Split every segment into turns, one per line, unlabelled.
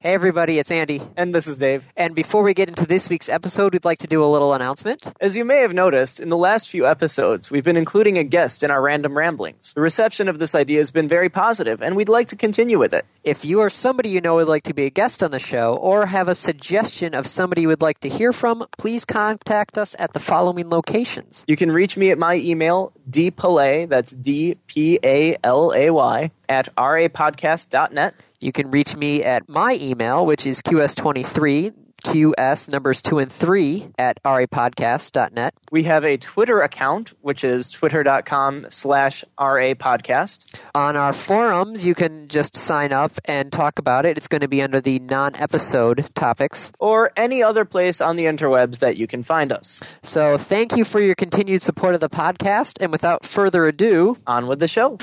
Hey, everybody, it's Andy.
And this is Dave.
And before we get into this week's episode, we'd like to do a little announcement.
As you may have noticed, in the last few episodes, we've been including a guest in our random ramblings. The reception of this idea has been very positive, and we'd like to continue with it.
If you or somebody you know would like to be a guest on the show, or have a suggestion of somebody you would like to hear from, please contact us at the following locations.
You can reach me at my email, dpalay, that's D P A L A Y, at rapodcast.net.
You can reach me at my email, which is QS23, QS numbers 2 and 3 at rapodcast.net.
We have a Twitter account, which is twitter.com slash rapodcast.
On our forums, you can just sign up and talk about it. It's going to be under the non episode topics.
Or any other place on the interwebs that you can find us.
So thank you for your continued support of the podcast. And without further ado,
On with the show.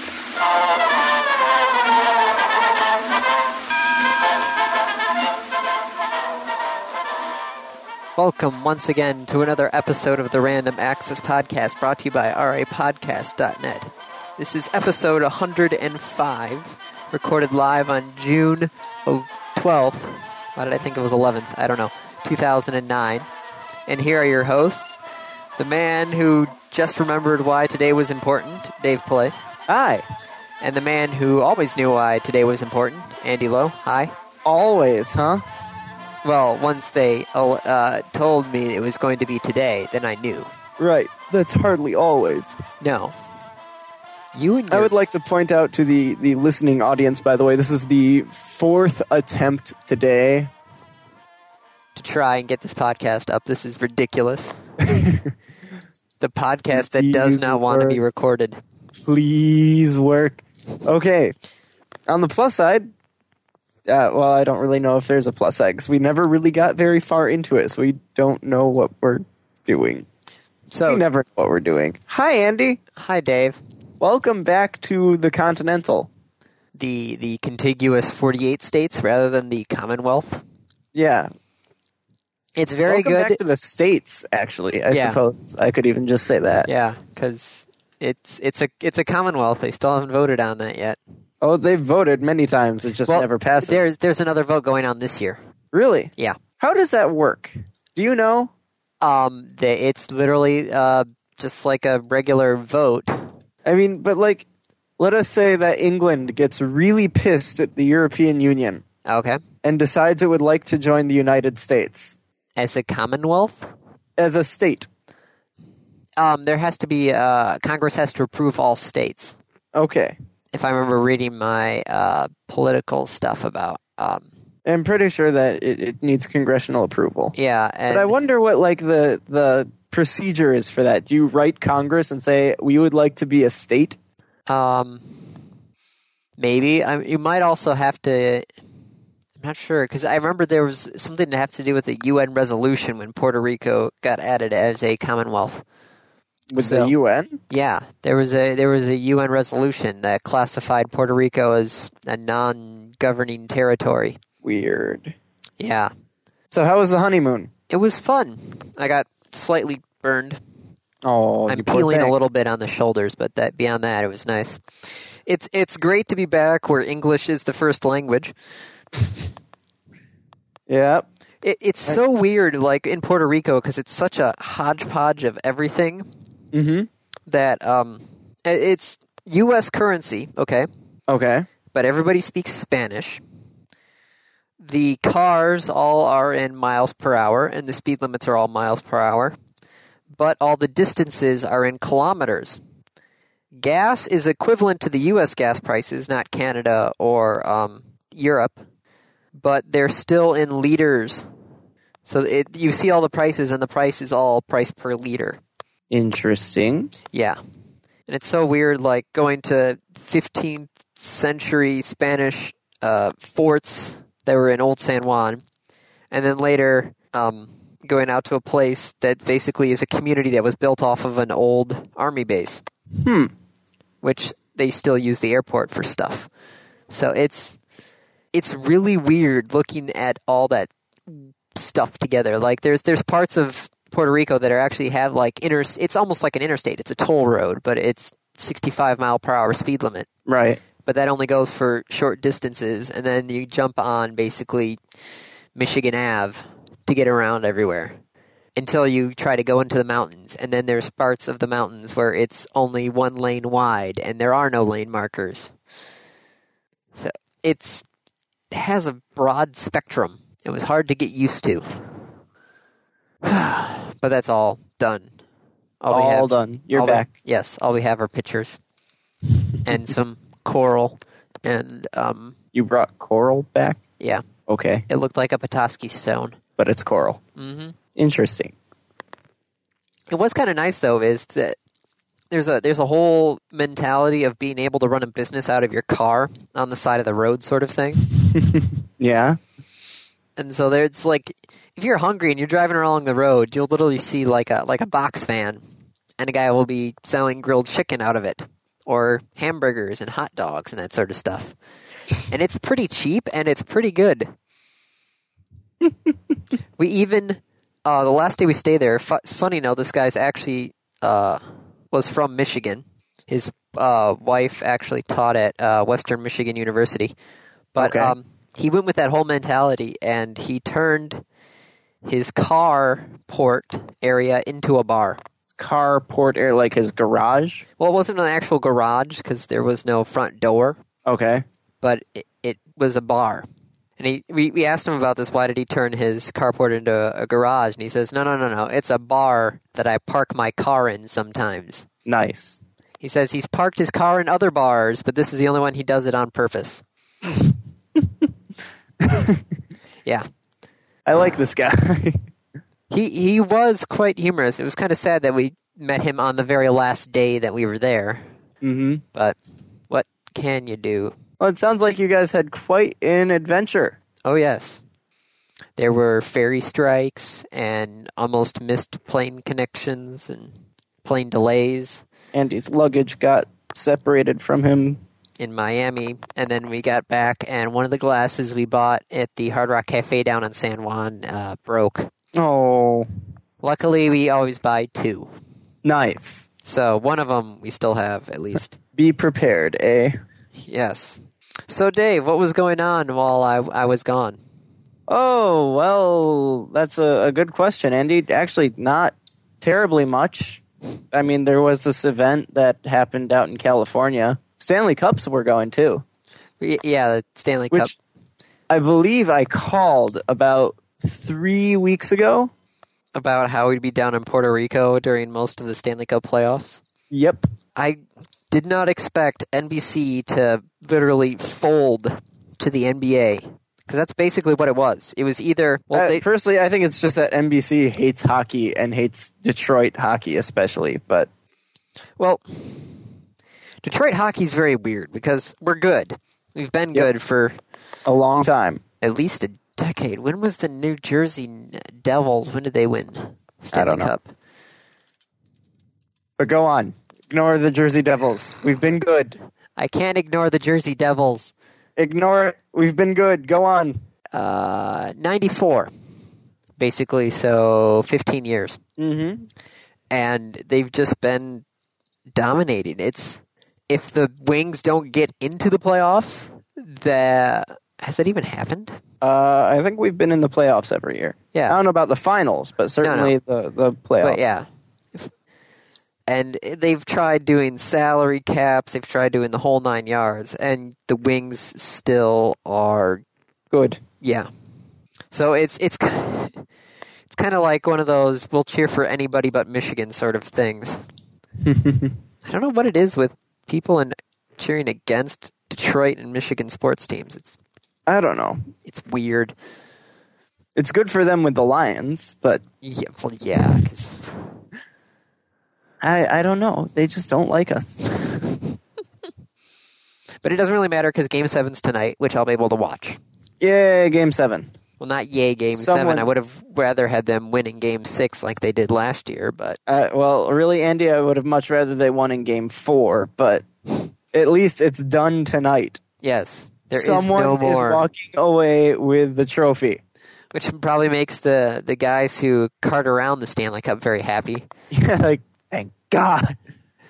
Welcome once again to another episode of the Random Access Podcast brought to you by rapodcast.net. This is episode 105, recorded live on June oh, 12th. Why did I think it was 11th? I don't know. 2009. And here are your hosts the man who just remembered why today was important, Dave Play,
Hi.
and the man who always knew why today was important, Andy Lowe. Hi.
Always, huh?
Well, once they uh, told me it was going to be today, then I knew.
Right. That's hardly always.
No. You and your,
I would like to point out to the, the listening audience, by the way, this is the fourth attempt today.
to try and get this podcast up. This is ridiculous. the podcast that does
Please
not want to be
work.
recorded.
Please work. Okay. On the plus side, uh, well, I don't really know if there's a plus side because we never really got very far into it, so we don't know what we're doing.
So,
We never know what we're doing. Hi, Andy.
hi Dave.
Welcome back to the Continental.
The the contiguous 48 states rather than the Commonwealth.
Yeah.
It's very
Welcome
good.
back to the States, actually. I
Yeah.
suppose I could even just say that.
yeah, cuz it's it's a it's a Commonwealth. They still haven't voted on that yet.
Oh, they've voted many times. It just
Well,
never passes.
There's there's another vote going on this year.
Really?
Yeah.
How does that work? Do you know?
Um, the, it's literally uh, just like a regular vote.
I mean, but like, let us say that England gets really pissed at the European Union
Okay,
and decides it would like to join the United States
as a Commonwealth,
as a state.
um, there has to be uh, Congress has to approve all states.
Okay.
If I remember reading my uh, political stuff about, um,
I'm pretty sure that it, it needs congressional approval.
yeah, and
But I wonder what like the the procedure is for that. Do you write Congress and say we would like to be a state?
um, maybe I, you might also have to. I'm not sure because I remember there was something to have to do with a UN resolution when Puerto Rico got added as a Commonwealth.
with
So-
the UN.
Yeah, there was a there was a UN resolution that classified Puerto Rico as a non-governing territory.
Weird.
Yeah,
So how was the honeymoon?
it was fun. I got slightly burned.
Oh,
I'm peeling a little bit on the shoulders, but that beyond that, it was nice. It's it's great to be back where English is the first language.
Yeah.
It, it's so weird, like in Puerto Rico, because it's such a hodgepodge of everything
Mm-hmm.
that um, it- it's U.S. currency, okay,
Okay.
but everybody speaks Spanish. The cars all are in miles per hour, and the speed limits are all miles per hour, but all the distances are in kilometers. Gas is equivalent to the U.S. gas prices, not Canada or um, Europe, but they're still in liters. So it, you see all the prices, and the price is all price per liter.
Interesting.
Yeah. And it's so weird, like going to 15th century Spanish uh, forts that were in Old San Juan, and then later um, going out to a place that basically is a community that was built off of an old army base,
Hmm.
which they still use the airport for stuff. So it's it's really weird looking at all that stuff together. Like there's there's parts of Puerto Rico that are actually have like inter. It's almost like an interstate. It's a toll road, but it's 65 mile per hour speed limit.
Right.
but that only goes for short distances. And then you jump on basically Michigan Ave to get around everywhere until you try to go into the mountains. And then there's parts of the mountains where it's only one lane wide and there are no lane markers. So it's it has a broad spectrum. It was hard to get used to. but that's all done. Oh, we
all
have-
done. You're
all we-
back.
yes, all we have are pictures and some coral and um
You brought coral back.
yeah,
Okay,
it looked like a Petoskey stone.
but it's coral.
hmm
Interesting.
And what's kind of nice though is that there's a there's a whole mentality of being able to run a business out of your car on the side of the road sort of thing.
Yeah.
And so there it's like if you're hungry and you're driving along the road, you'll literally see like a like a box van and a guy will be selling grilled chicken out of it or hamburgers and hot dogs and that sort of stuff. And it's pretty cheap and it's pretty good. we even uh, the last day we stay there, fu- it's funny now this guy's actually uh, was from Michigan. His uh, wife actually taught at uh, Western Michigan University. But
Okay.
um, he went with that whole mentality and he turned his car port area into a bar.
Carport air like his garage.
Well, it wasn't an actual garage because there was no front door,
Okay.
but it, it was a bar. And he, we, we asked him about this. Why did he turn his carport into a, a garage? And he says, no, no, no, no. It's a bar that I park my car in sometimes.
Nice.
He says he's parked his car in other bars, but this is the only one he does it on purpose. yeah.
I like this guy.
He he was quite humorous. It was kind of sad that we met him on the very last day that we were there,
mm-hmm.
but what can you do?
Well, it sounds like you guys had quite an adventure.
Oh yes. There were ferry strikes and almost missed plane connections and plane delays
Andy's luggage got separated from him.
in Miami and then we got back and one of the glasses we bought at the Hard Rock Cafe down in San Juan uh, broke.
Oh,
Luckily we always buy two.
nice.
So one of them we still have at least.
Be prepared, eh?
Yes. So, Dave, what was going on while I, I was gone?
Oh, well, that's a, a good question, Andy. Actually, not terribly much. I mean, there was this event that happened out in California. Stanley Cups were going too,
Y- yeah, the Stanley Cup.
which I believe I called about three weeks ago.
About how we'd be down in Puerto Rico during most of the Stanley Cup playoffs.
Yep.
I did not expect NBC to literally fold to the NBA because that's basically what it was. It was either well,
Uh,
they,
personally, I think it's just that NBC hates hockey and hates Detroit hockey, especially. But
well, Detroit hockey's very weird because we're good. We've been
Yep.
good for
a long time.
at least a decade. When was the New Jersey Devils? When did they win Stanley
don't know.
Cup?
But go on. Ignore the Jersey Devils. We've been good.
I can't ignore the Jersey Devils.
Ignore it. We've been good. Go on.
Uh, 94, basically, so 15 years.
Mm-hmm.
And they've just been dominating. It's if the Wings don't get into the playoffs, the has that even happened?
Uh, I think we've been in the playoffs every year.
Yeah.
I don't know about the finals, but certainly the the playoffs.
But yeah. And they've tried doing salary caps, they've tried doing the whole nine yards, and the Wings still are
good.
Yeah. So it's it's it's kind of like one of those we'll cheer for anybody but Michigan sort of things. I don't know what it is with people and cheering against Detroit and Michigan sports teams. It's
I don't know.
it's weird.
It's good for them with the Lions, but
Yeah, well, yeah, 'cause-
I I don't know. They just don't like us.
but it doesn't really matter because Game Seven's tonight, which I'll be able to watch.
Yay, Game Seven.
Well, not yay Game
Someone-
Seven. I would have rather had them win in Game Six like they did last year, but
Uh, well, really, Andy, I would have much rather they won in Game Four, but at least it's done tonight.
yes, there is
Someone
no more.
walking away with the trophy.
Which probably makes the, the guys who cart around the Stanley Cup very happy.
Yeah, like thank God.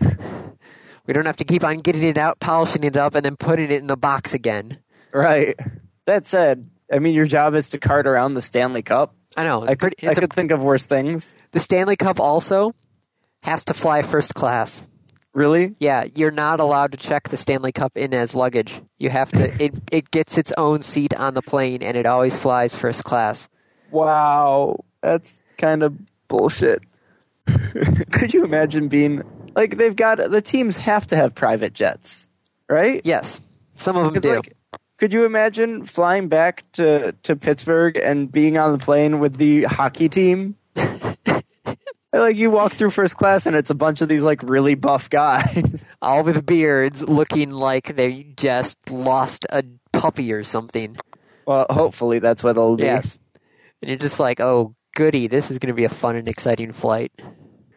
We don't have to keep on getting it out, polishing it up, and then putting it in the box again.
Right. That said, I mean, your job is to cart around the Stanley Cup.
I know. It's
I could,
pretty, it's a-
I could think of worse things.
the Stanley Cup also has to fly first class.
Really?
Yeah, you're not allowed to check the Stanley Cup in as luggage. You have to. it it gets its own seat on the plane, and it always flies first class.
Wow. That's kind of bullshit. could you imagine being like they've got the teams have to have private jets, right?
Yes, some of them
'Cause,
do.
like, could you imagine flying back to, to Pittsburgh and being on the plane with the hockey team? like you walk through first class and it's a bunch of these like really buff guys.
all with beards, looking like they just lost a puppy or something.
well, hopefully that's what it'll be.
Yes, and you're just like, oh goody, this is going to be a fun and exciting flight.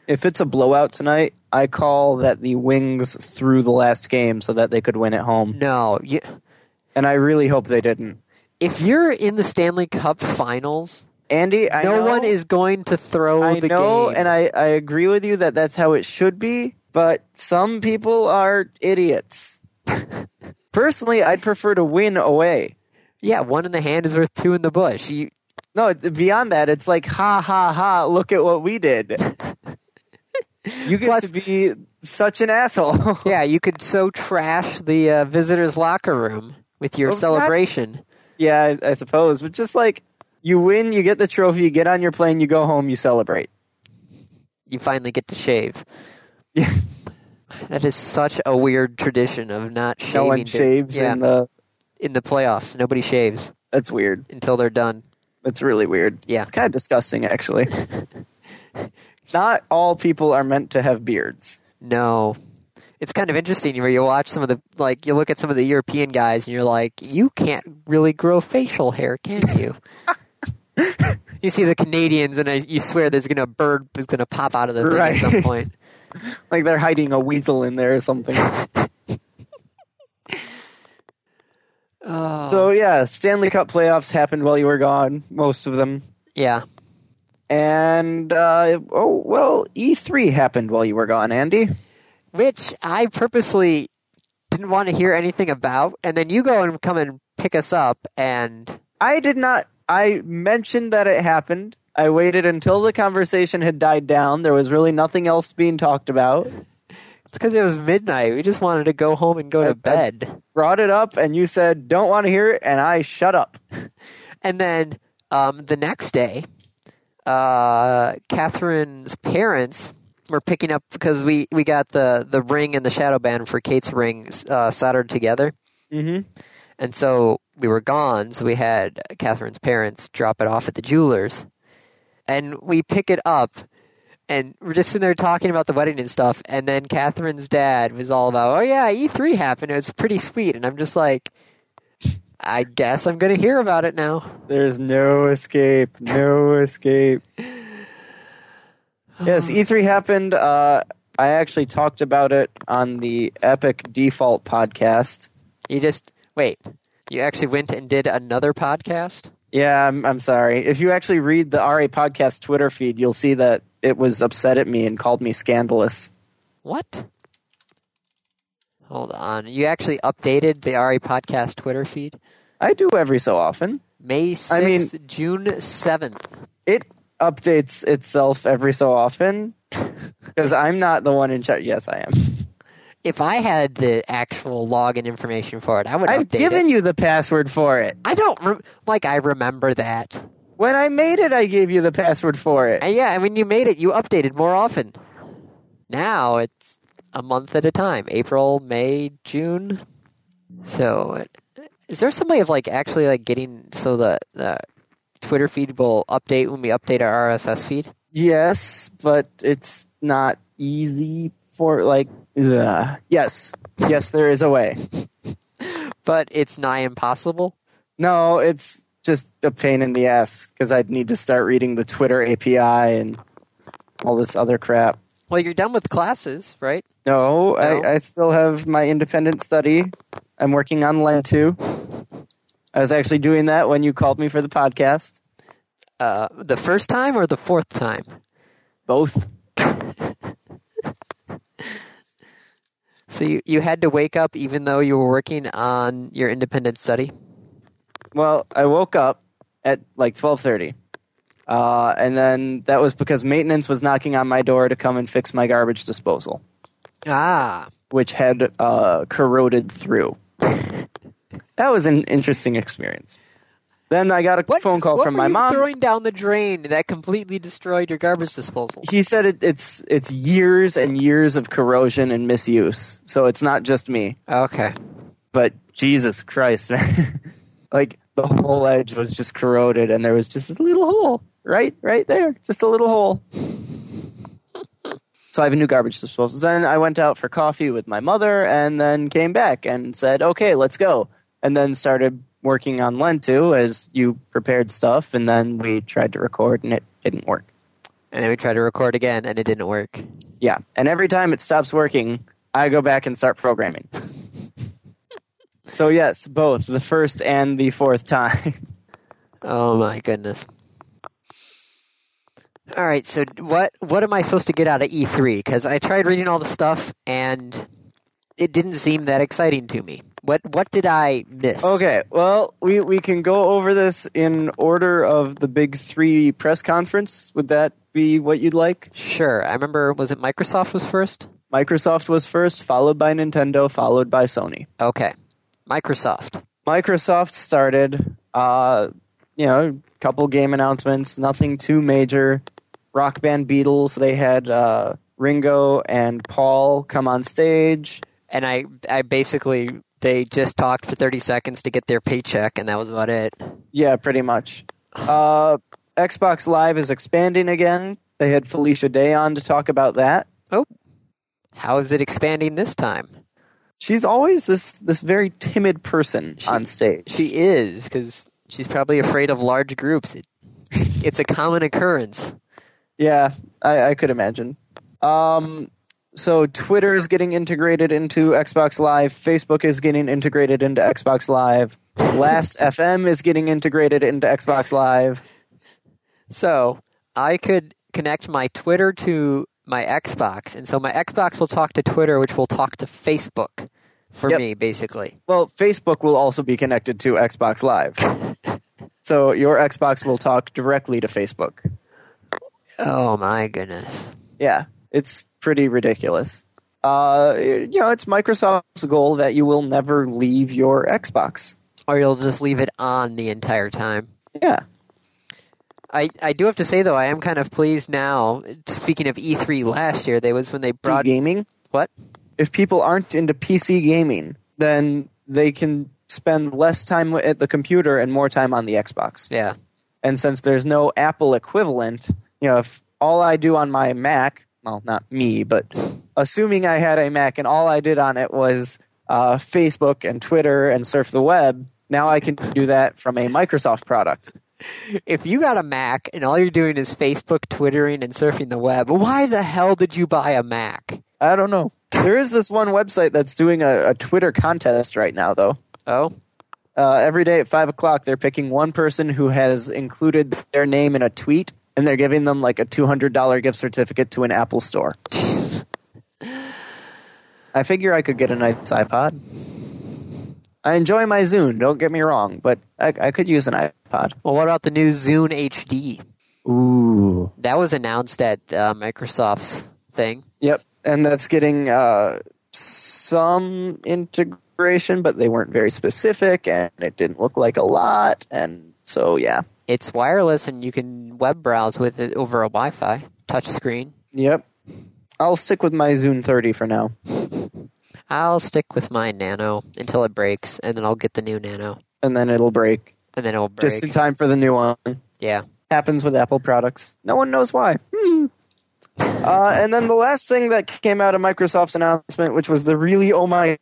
If it's a blowout tonight, I call that the Wings through the last game so that they could win at home.
No, you,
And I really hope they didn't.
if you're in the Stanley Cup Finals,
Andy, I
no
know-
one is going to throw
I
the
know,
game.
and I, I agree with you that that's how it should be, but some people are idiots. Personally, I'd prefer to win away.
yeah, one in the hand is worth two in the bush. You,
No, it's- beyond that, it's like, ha, ha, ha, look at what we did. You get
Plus-
to be such an asshole.
yeah, you could so trash the uh, visitors' locker room with your
Well, that-
celebration.
yeah, I, I suppose, but just like, you win, you get the trophy, you get on your plane, you go home, you celebrate.
You finally get to shave.
Yeah.
That is such a weird tradition of not shaving.
No one
to-
shaves
yeah,
in the.
in the playoffs. Nobody shaves
That's weird.
until they're done.
That's really weird.
Yeah.
It's kind of disgusting, actually. Not all people are meant to have beards.
No. It's kind of interesting where you watch some of the like you look at some of the European guys and you're like, you can't really grow facial hair, can you? you see the Canadians and I, you swear there's gonna a bird is gonna pop out of the thing
Right.
at some point.
Like they're hiding a weasel in there or something.
Oh,
So, yeah, Stanley Cup playoffs happened while you were gone, most of them.
yeah,
And, uh, oh, well, E3 happened while you were gone, Andy.
which I purposely didn't want to hear anything about, and then you go and come and pick us up, and
I did not, I mentioned that it happened. I waited until the conversation had died down. There was really nothing else being talked about.
it's because it was midnight. We just wanted to go home and go
I- I-
to bed.
Brought it up, and you said, don't want to hear it, and I shut up.
And then um, the next day, uh, Catherine's parents were picking up because we, we got the, the ring and the shadow band for Kate's ring uh, soldered together.
Mm-hmm.
And so we were gone, so we had Catherine's parents drop it off at the jeweler's. And we pick it up, and we're just sitting there talking about the wedding and stuff. And then Catherine's dad was all about, oh, yeah, E3 happened. It was pretty sweet. And I'm just like, I guess I'm going to hear about it now.
There's no escape. No escape. yes, E3 happened. Uh, I actually talked about it on the Epic Default podcast.
You just wait. You actually went and did another podcast.
Yeah, I'm, I'm sorry. If you actually read the RA podcast Twitter feed, you'll see that it was upset at me and called me scandalous.
What? Hold on. You actually updated the RE podcast Twitter feed.
I do every so often.
May
I mean-
sixth, June seventh.
It updates itself every so often because I'm not the one in charge. Yes, I am.
If I had the actual login information for it, I would.
I've
update
given
It.
you the password for it.
I don't re- like. I remember that.
When I made it, I gave you the password for it.
And yeah, I mean, you made it. You updated more often. Now it's a month at a time: April, May, June. So, is there some way of like actually like getting so the the Twitter feed will update when we update our RSS feed?
Yes, but it's not easy for like. ugh. Yes, yes, there is a way.
But it's nigh impossible.
No, it's just a pain in the ass because I'd need to start reading the Twitter API and all this other crap.
Well, you're done with classes, right?
No,
No.
I, I still have my independent study. I'm working on Lent 2. I was actually doing that when you called me for the podcast.
Uh, the first time or the fourth time?
Both.
So you, you had to wake up even though you were working on your independent study?
Well, I woke up at like twelve thirty, uh, and then that was because maintenance was knocking on my door to come and fix my garbage disposal,
Ah.
which had uh, corroded through. that was an interesting experience. Then I got a
What,
phone call
what
from
were
my
you
mom.
throwing down the drain that completely destroyed your garbage disposal?
he said it, it's it's years and years of corrosion and misuse. So it's not just me,
Okay.
but Jesus Christ, man. like the whole edge was just corroded, and there was just a little hole right right there, just a little hole. So I have a new garbage disposal. Then I went out for coffee with my mother, and then came back and said, "Okay, let's go." And then started working on Lentu as you prepared stuff, and then we tried to record, and it didn't work.
And then we tried to record again and it didn't work.
Yeah, and every time it stops working, I go back and start programming. so yes, both the first and the fourth time.
Oh my goodness. All right, so what what am I supposed to get out of E3 cuz I tried reading all the stuff and it didn't seem that exciting to me. What what did I miss?
okay, well, we we can go over this in order of the big 3 press conference. Would that be what you'd like?
Sure. I remember was it Microsoft was first?
Microsoft was first, followed by Nintendo, followed by Sony.
Okay. Microsoft.
Microsoft started, uh, you know, a couple game announcements, nothing too major. Rock Band Beatles, they had uh, Ringo and Paul come on stage.
And I I basically they just talked for 30 seconds to get their paycheck and that was about it.
Yeah, pretty much. Uh, Xbox Live is expanding again. They had Felicia Day on to talk about that.
How is it expanding this time?
She's always this this very timid person
She-
on stage.
She is because she's probably afraid of large groups. It, it's a common occurrence.
Yeah, I, I could imagine. Um, so Twitter is getting integrated into Xbox Live. Facebook is getting integrated into Xbox Live. Last FM is getting integrated into Xbox Live.
So I could connect my Twitter to my Xbox, and so my Xbox will talk to Twitter, which will talk to Facebook for
Yep.
me, basically.
Well, Facebook will also be connected to Xbox Live. so your Xbox will talk directly to Facebook.
Oh my goodness!
Yeah, it's pretty ridiculous. Uh, you know, it's Microsoft's goal that you will never leave your Xbox.
Or you'll just leave it on the entire time.
Yeah.
I, I do have to say though I am kind of pleased now. Speaking of E3 last year, they was when they
PC
brought
gaming.
what
If people aren't into PC gaming, then they can spend less time at the computer and more time on the Xbox.
yeah
And since there's no Apple equivalent, you know, if all I do on my Mac, well, not me, but assuming I had a Mac and all I did on it was uh, Facebook and Twitter and surf the web, now I can do that from a Microsoft product.
if you got a Mac and all you're doing is Facebook, Twittering, and surfing the web, why the hell did you buy a Mac?
I don't know. There is this one website that's doing a, a Twitter contest right now, though.
Oh,
Uh, every day at five o'clock, they're picking one person who has included their name in a tweet, and they're giving them like a two hundred dollar gift certificate to an Apple store. I figure I could get a nice iPod. I enjoy my Zune. Don't get me wrong, but I, I could use an iPod.
well, what about the new Zune HD?
Ooh.
That was announced at uh, Microsoft's thing.
Yep, and that's getting uh, some integration, but they weren't very specific, and it didn't look like a lot, and so yeah.
It's wireless and you can web browse with it over a Wi Fi touchscreen.
Yep. I'll stick with my Zune 30 for now.
I'll stick with my Nano until it breaks, and then I'll get the new Nano,
and then it'll break,
and then it'll break.
just in time for the new one.
yeah.
Happens with Apple products. No one knows why. Hmm. Uh, and then the last thing that came out of Microsoft's announcement, which was the really oh my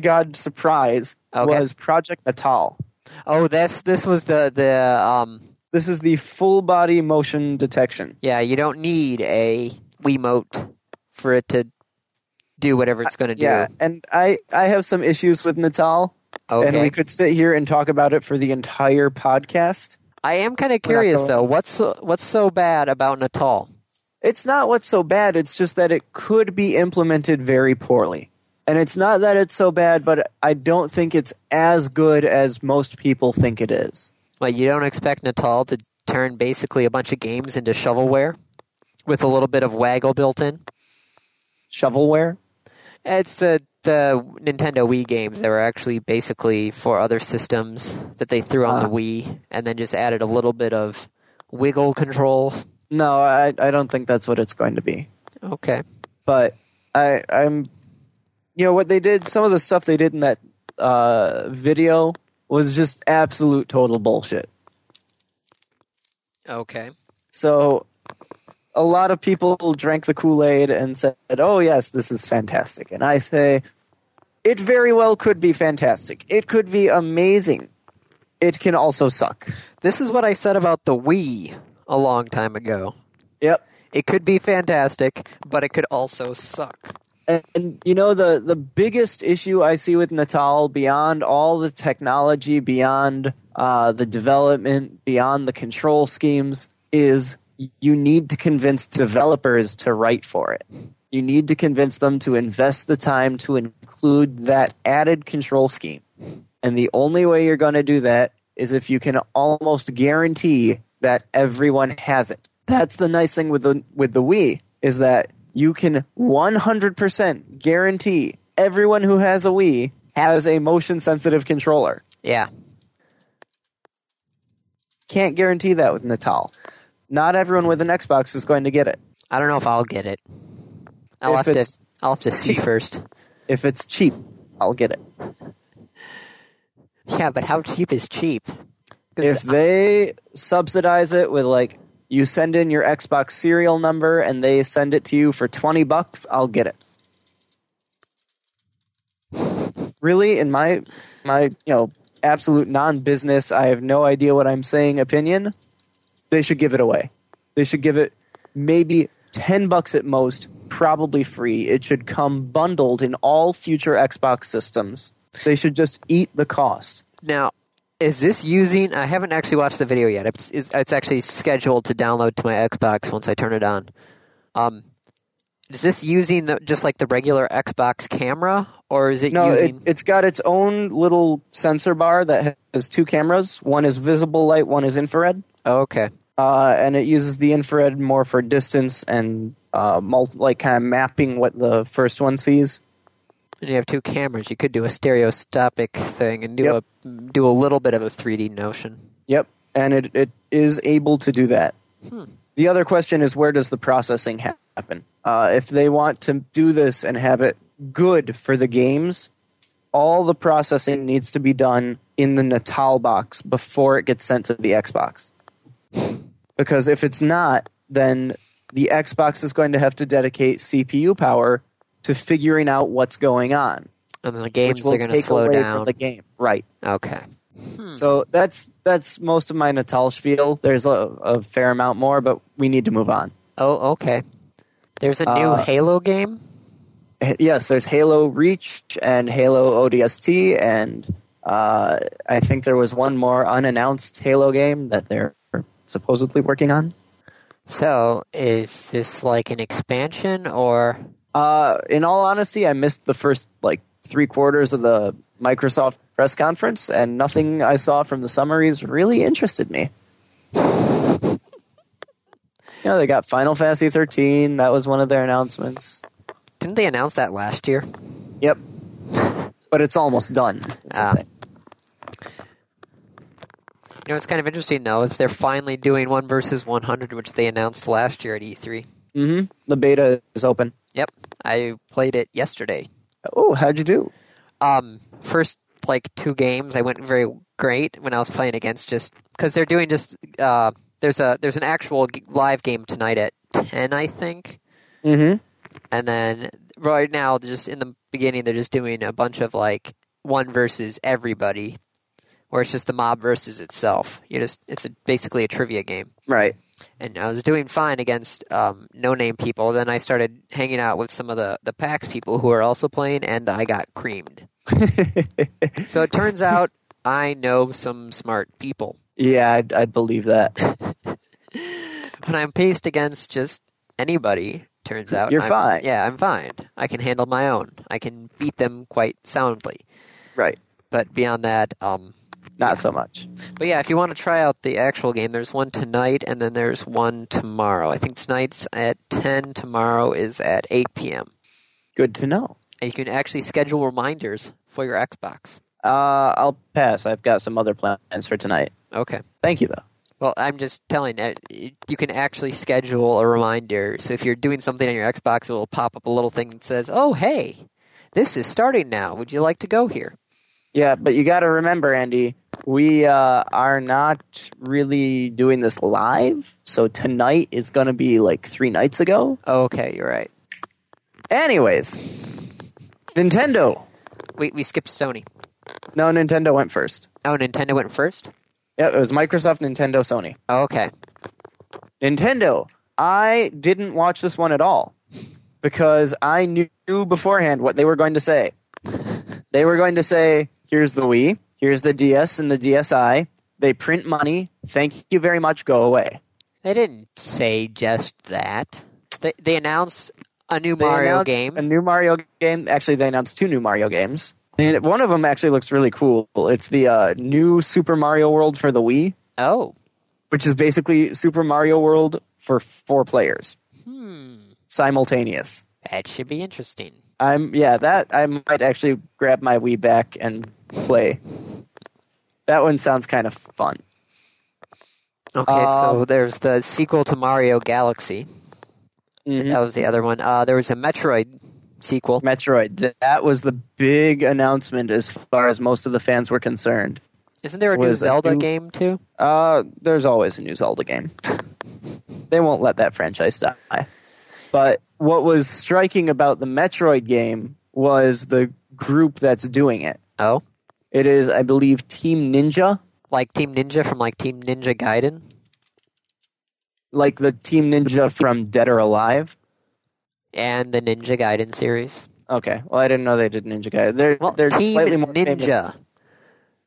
god surprise,
Okay.
was Project Natal.
Oh, this this was the the um.
This is the full body motion detection.
Yeah, you don't need a Wiimote for it to do whatever it's going to do.
Yeah, and I I have some issues with Natal,
Okay.
and we could sit here and talk about it for the entire podcast.
I am kind of curious
going-
though. What's so, what's so bad about Natal?
It's not what's so bad. It's just that it could be implemented very poorly. And it's not that it's so bad, but I don't think it's as good as most people think it is.
Well, you don't expect Natal to turn basically a bunch of games into shovelware with a little bit of waggle built in.
Shovelware?
It's the the Nintendo Wii games that were actually basically for other systems that they threw on
Ah.
the Wii and then just added a little bit of wiggle controls.
No, I, I don't think that's what it's going to be.
Okay.
But I, I'm, you know, what they did, some of the stuff they did in that uh, video was just absolute total bullshit.
Okay.
So a lot of people drank the Kool Aid and said, oh, yes, this is fantastic. And I say, it very well could be fantastic. It could be amazing. It can also suck.
This is what I said about the Wii a long time ago.
Yep.
It could be fantastic, but it could also suck.
And, and you know the the biggest issue I see with Natal, beyond all the technology, beyond uh, the development, beyond the control schemes, is you need to convince developers to write for it. You need to convince them to invest the time to include that added control scheme. And the only way you're going to do that is if you can almost guarantee that everyone has it. That's the nice thing with the with the Wii is that you can 100% guarantee everyone who has a Wii has a motion sensitive controller.
Yeah.
Can't guarantee that with Natal. Not everyone with an Xbox is going to get it.
I don't know if I'll get it. I'll
If
have to
it's
I'll have to see
cheap.
first.
If it's cheap, I'll get it.
Yeah, but how cheap is cheap? 'Cause
if they subsidize it with like you send in your Xbox serial number and they send it to you for 20 bucks, I'll get it. Really in my my, you know, absolute non-business, I have no idea what I'm saying opinion, they should give it away. They should give it maybe 10 bucks at most, probably free. It should come bundled in all future Xbox systems. They should just eat the cost.
Now, is this using? I haven't actually watched the video yet. It's, it's, it's actually scheduled to download to my Xbox once I turn it on. Um, is this using the, just like the regular Xbox camera, or is it
No,
using?
it, it's got its own little sensor bar that has two cameras. One is visible light, one is infrared,
oh, okay,
uh, and it uses the infrared more for distance and uh, mul- like kind of mapping what the first one sees.
and you have two cameras. You could do a stereoscopic thing and do
Yep.
a do a little bit of a 3D notion.
Yep, and it, it is able to do that.
Hmm.
The other question is where does the processing ha- happen? Uh, if they want to do this and have it good for the games, all the processing needs to be done in the Natal box before it gets sent to the Xbox. Because if it's not, then the Xbox is going to have to dedicate CPU power to figuring out what's going on,
And then the games
which
are
will
going to
take
slow
away
down.
from the game. Right.
Okay,
So that's that's most of my Natal spiel. There's a, a fair amount more, but we need to move on.
oh okay. There's a new
Uh,
Halo game.
H- Yes, there's Halo Reach and Halo ODST, and uh, I think there was one more unannounced Halo game that they're supposedly working on.
So is this like an expansion or?
Uh, in all honesty, I missed the first like three quarters of the Microsoft press conference, and nothing I saw from the summaries really interested me. You know, they got Final Fantasy 13. That was one of their announcements.
Didn't they announce that last year?
Yep. But it's almost done. is the
Ah.
thing.
Um, You know, it's kind of interesting though, is they're finally doing one versus 100, which they announced last year at E3.
Mhm. The beta is open.
Yep, I played it yesterday.
Oh, how'd you do?
Um, first like two games, I went very great when I was playing against just because they're doing just uh, there's a there's an actual g- live game tonight at 10, I think,
Mm-hmm.
and then right now they're just in the beginning they're just doing a bunch of like one versus everybody, where it's just the mob versus itself. You just it's a, basically a trivia game.
Right.
and I was doing fine against um, no name people. Then I started hanging out with some of the, the PAX people who are also playing, and I got creamed. So it turns out I know some smart people.
yeah, I'd, I'd believe that.
When I'm paced against just anybody, turns out
You're
I'm-
fine.
Yeah, I'm fine. I can handle my own. I can beat them quite soundly.
Right.
But beyond that, um,
Not so much.
but yeah, if you want to try out the actual game, there's one tonight and then there's one tomorrow. I think tonight's at 10, tomorrow is at 8 p.m.
Good to know.
And you can actually schedule reminders for your Xbox.
Uh, I'll pass. I've got some other plans for tonight.
Okay.
Thank you, though.
Well, I'm just telling uh, it- you can actually schedule a reminder. So if you're doing something on your Xbox, it will pop up a little thing that says, "Oh, hey, this is starting now. Would you like to go here?"
Yeah, but you got to remember, Andy, we uh, are not really doing this live. So tonight is going to be like three nights ago.
Okay, you're right.
Anyways, Nintendo.
We we skipped Sony.
No, Nintendo went first.
Oh, Nintendo went first.
Yeah, it was Microsoft, Nintendo, Sony.
Okay.
Nintendo. I didn't watch this one at all because I knew beforehand what they were going to say. They were going to say, here's the Wii, here's the DS and the DSi. They print money. Thank you very much. Go away.
They didn't say just that. They they announced a new
They
Mario
announced
game.
A new Mario game. Actually, they announced two new Mario games. And one of them actually looks really cool. It's the uh, new Super Mario World for the Wii,
oh,
which is basically Super Mario World for four players
hmm.
simultaneous.
That should be interesting.
I'm yeah, that I might actually grab my Wii back and play. That one sounds kind of fun.
Okay, so
Um,
there's the sequel to Mario Galaxy.
mm-hmm.
That was the other one. Uh, there was a Metroid sequel.
Metroid. th- That was the big announcement as far as most of the fans were concerned.
Isn't there a new
was a
Zelda
new-
game too?
Uh, there's always a new Zelda game. they won't let that franchise die. But what was striking about the Metroid game was the group that's doing it.
Oh,
It is, I believe, Team Ninja,
like Team Ninja from like Team Ninja Gaiden.
like the Team Ninja from Dead or Alive.
And the Ninja Gaiden series.
Okay. Well, I didn't know they did Ninja Gaiden. They're
Well,
they're
Team
slightly more
Ninja.
famous.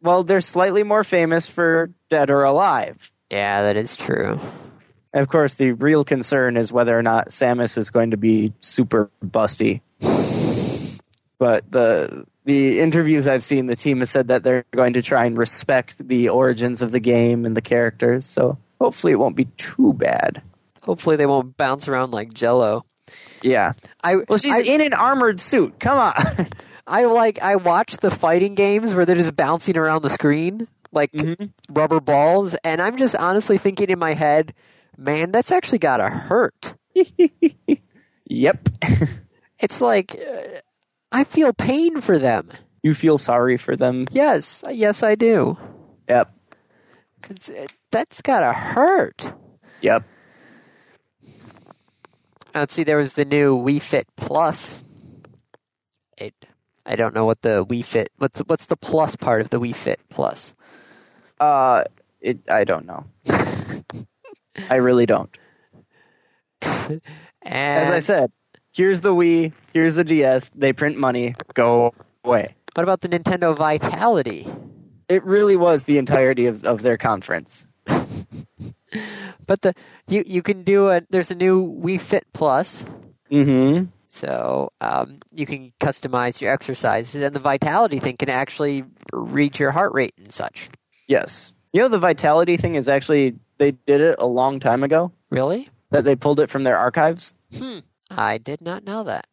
Well, they're slightly more famous for Dead or Alive.
Yeah, that is true.
And Of course, the real concern is whether or not Samus is going to be super busty. But the the interviews I've seen, the team has said that they're going to try and respect the origins of the game and the characters. So hopefully, it won't be too bad.
Hopefully, they won't bounce around like Jello.
Yeah.
I
Well, she's
I,
in an armored suit. Come on.
I like I watch the fighting games where they're just bouncing around the screen like
Mm-hmm.
rubber balls, and I'm just honestly thinking in my head, man, that's actually gotta hurt.
yep.
It's like uh, I feel pain for them.
you feel sorry for them.
Yes, yes, I do.
Yep.
'Cause it- that's gotta hurt.
Yep.
Uh, Let's see, there was the new Wii Fit Plus. It, I don't know what the Wii Fit. What's what's the plus part of the Wii Fit Plus?
Uh, it. I don't know. I really don't.
And
As I said, here's the Wii. Here's the DS. They print money. Go away.
what about the Nintendo Vitality?
It really was the entirety of, of their conference.
But the you you can do a there's a new Wii Fit Plus,
Mm-hmm.
so um, you can customize your exercises, and the Vitality thing can actually read your heart rate and such.
Yes. You know the vitality thing is actually they did it a long time ago.
Really?
That they pulled it from their archives.
I did not know that.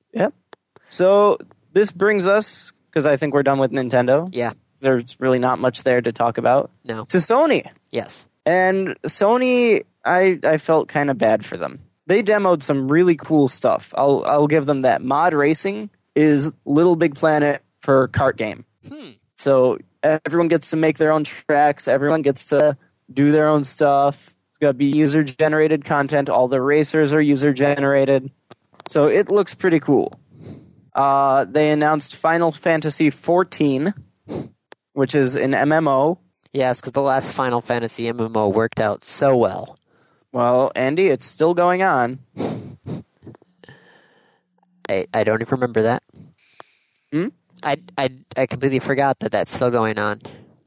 So this brings us because I think we're done with Nintendo.
Yeah.
There's really not much there to talk about.
No.
To Sony.
Yes.
And Sony, I I felt kind of bad for them. They demoed some really cool stuff. I'll I'll give them that. Mod Racing is Little Big Planet for kart game.
Hmm.
So everyone gets to make their own tracks. Everyone gets to do their own stuff. It's gonna be user generated content. All the racers are user generated. So it looks pretty cool. Uh, they announced Final Fantasy XIV, which is an MMO.
Yes, because the last Final Fantasy MMO worked out so well.
Well, Andy, it's still going on.
I, I don't even remember that.
Hmm?
I, I, I completely forgot that that's still going on.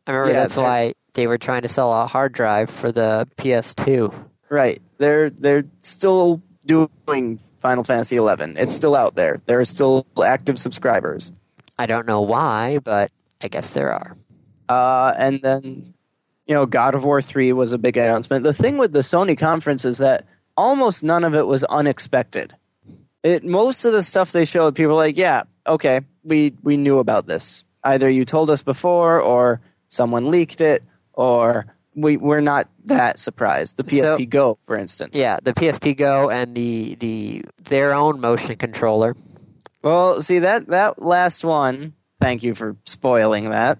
I remember
Yeah,
that's
that-
why they were trying to sell a hard drive for the PS2.
Right. They're they're still doing Final Fantasy XI. It's still out there. There are still active subscribers.
I don't know why, but I guess there are.
Uh, and then, you know, God of War 3 was a big announcement. The thing with the Sony conference is that almost none of it was unexpected. It most of the stuff they showed, people were like, yeah, okay, we we knew about this. Either you told us before, or someone leaked it, or we we're not that surprised. The PSP
So-
Go, for instance.
Yeah, the PSP Go and the the their own motion controller.
Well, see that that last one. Thank you for spoiling that.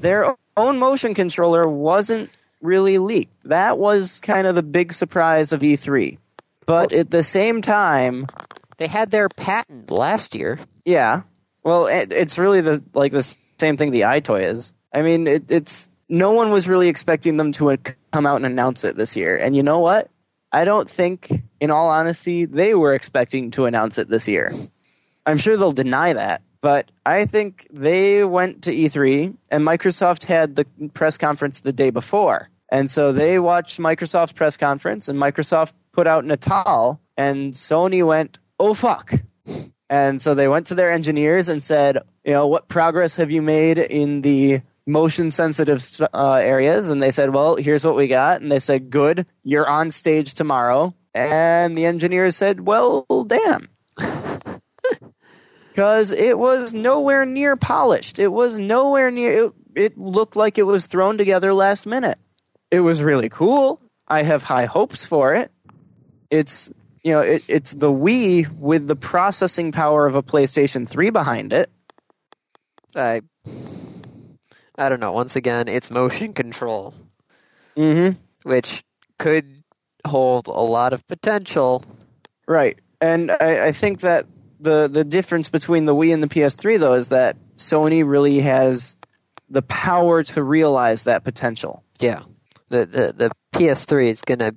Their own motion controller wasn't really leaked. That was kind of the big surprise of E3. But at the same time,
They had their patent last year.
yeah. Well, it, it's really the like the s- same thing the iToy is. I mean, it, it's no one was really expecting them to uh, come out and announce it this year. And you know what? I don't think, in all honesty, they were expecting to announce it this year. I'm sure they'll deny that, but I think they went to E3 and Microsoft had the press conference the day before. And so they watched Microsoft's press conference and Microsoft put out Natal and Sony went, "Oh fuck." And so they went to their engineers and said, you know, what progress have you made in the motion sensitive st- uh, areas? And they said, well, here's what we got. And they said, good, you're on stage tomorrow. And the engineers said, well, damn. Because it was nowhere near polished. It was nowhere near, it, it looked like it was thrown together last minute. It was really cool. I have high hopes for it it's you know it, it's the Wii with the processing power of a PlayStation 3 behind it.
I I don't know. Once again, it's motion control,
Mm-hmm.
which could hold a lot of potential.
Right, and I, I think that the the difference between the Wii and the PS3 though is that Sony really has the power to realize that potential.
Yeah. The the, the PS3 is gonna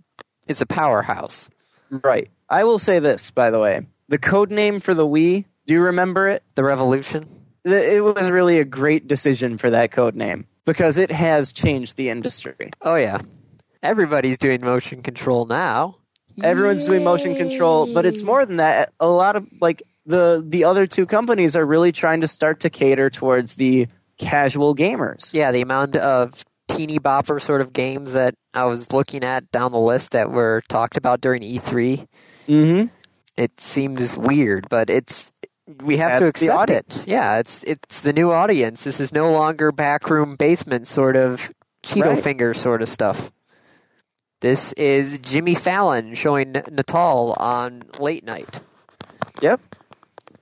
it's a powerhouse.
Right. I will say this by the way, the code name for the Wii. Do you remember it?
The revolution.
The- It was really a great decision for that code name because it has changed the industry.
Oh yeah. Everybody's doing motion control now.
Everyone's doing motion control, but it's more than that. A lot of like the the other two companies are really trying to start to cater towards the casual gamers.
Yeah, the amount of teeny bopper sort of games that I was looking at down the list that were talked about during E E3,
Mm-hmm.
it seems weird, but it's we have to
That's the
accept it.
audience.
Yeah, it's it's the new audience. This is no longer backroom basement sort of Cheeto
Right.
finger sort of stuff. This is Jimmy Fallon showing Natal on late night,
Yep.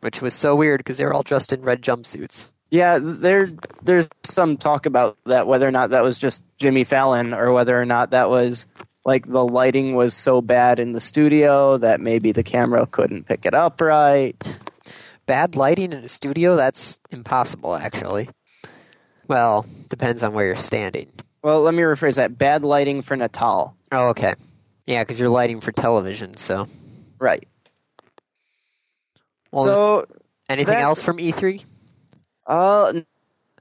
which was so weird because they were all dressed in red jumpsuits.
Yeah, there there's some talk about that whether or not that was just Jimmy Fallon or whether or not that was like the lighting was so bad in the studio that maybe the camera couldn't pick it up right.
bad lighting in a studio that's impossible actually well depends on where you're standing
Well, let me rephrase that. Bad lighting for Natal.
oh okay yeah because you're lighting for television so
Right.
Well,
so
anything
that-
else from E e3
Uh, n-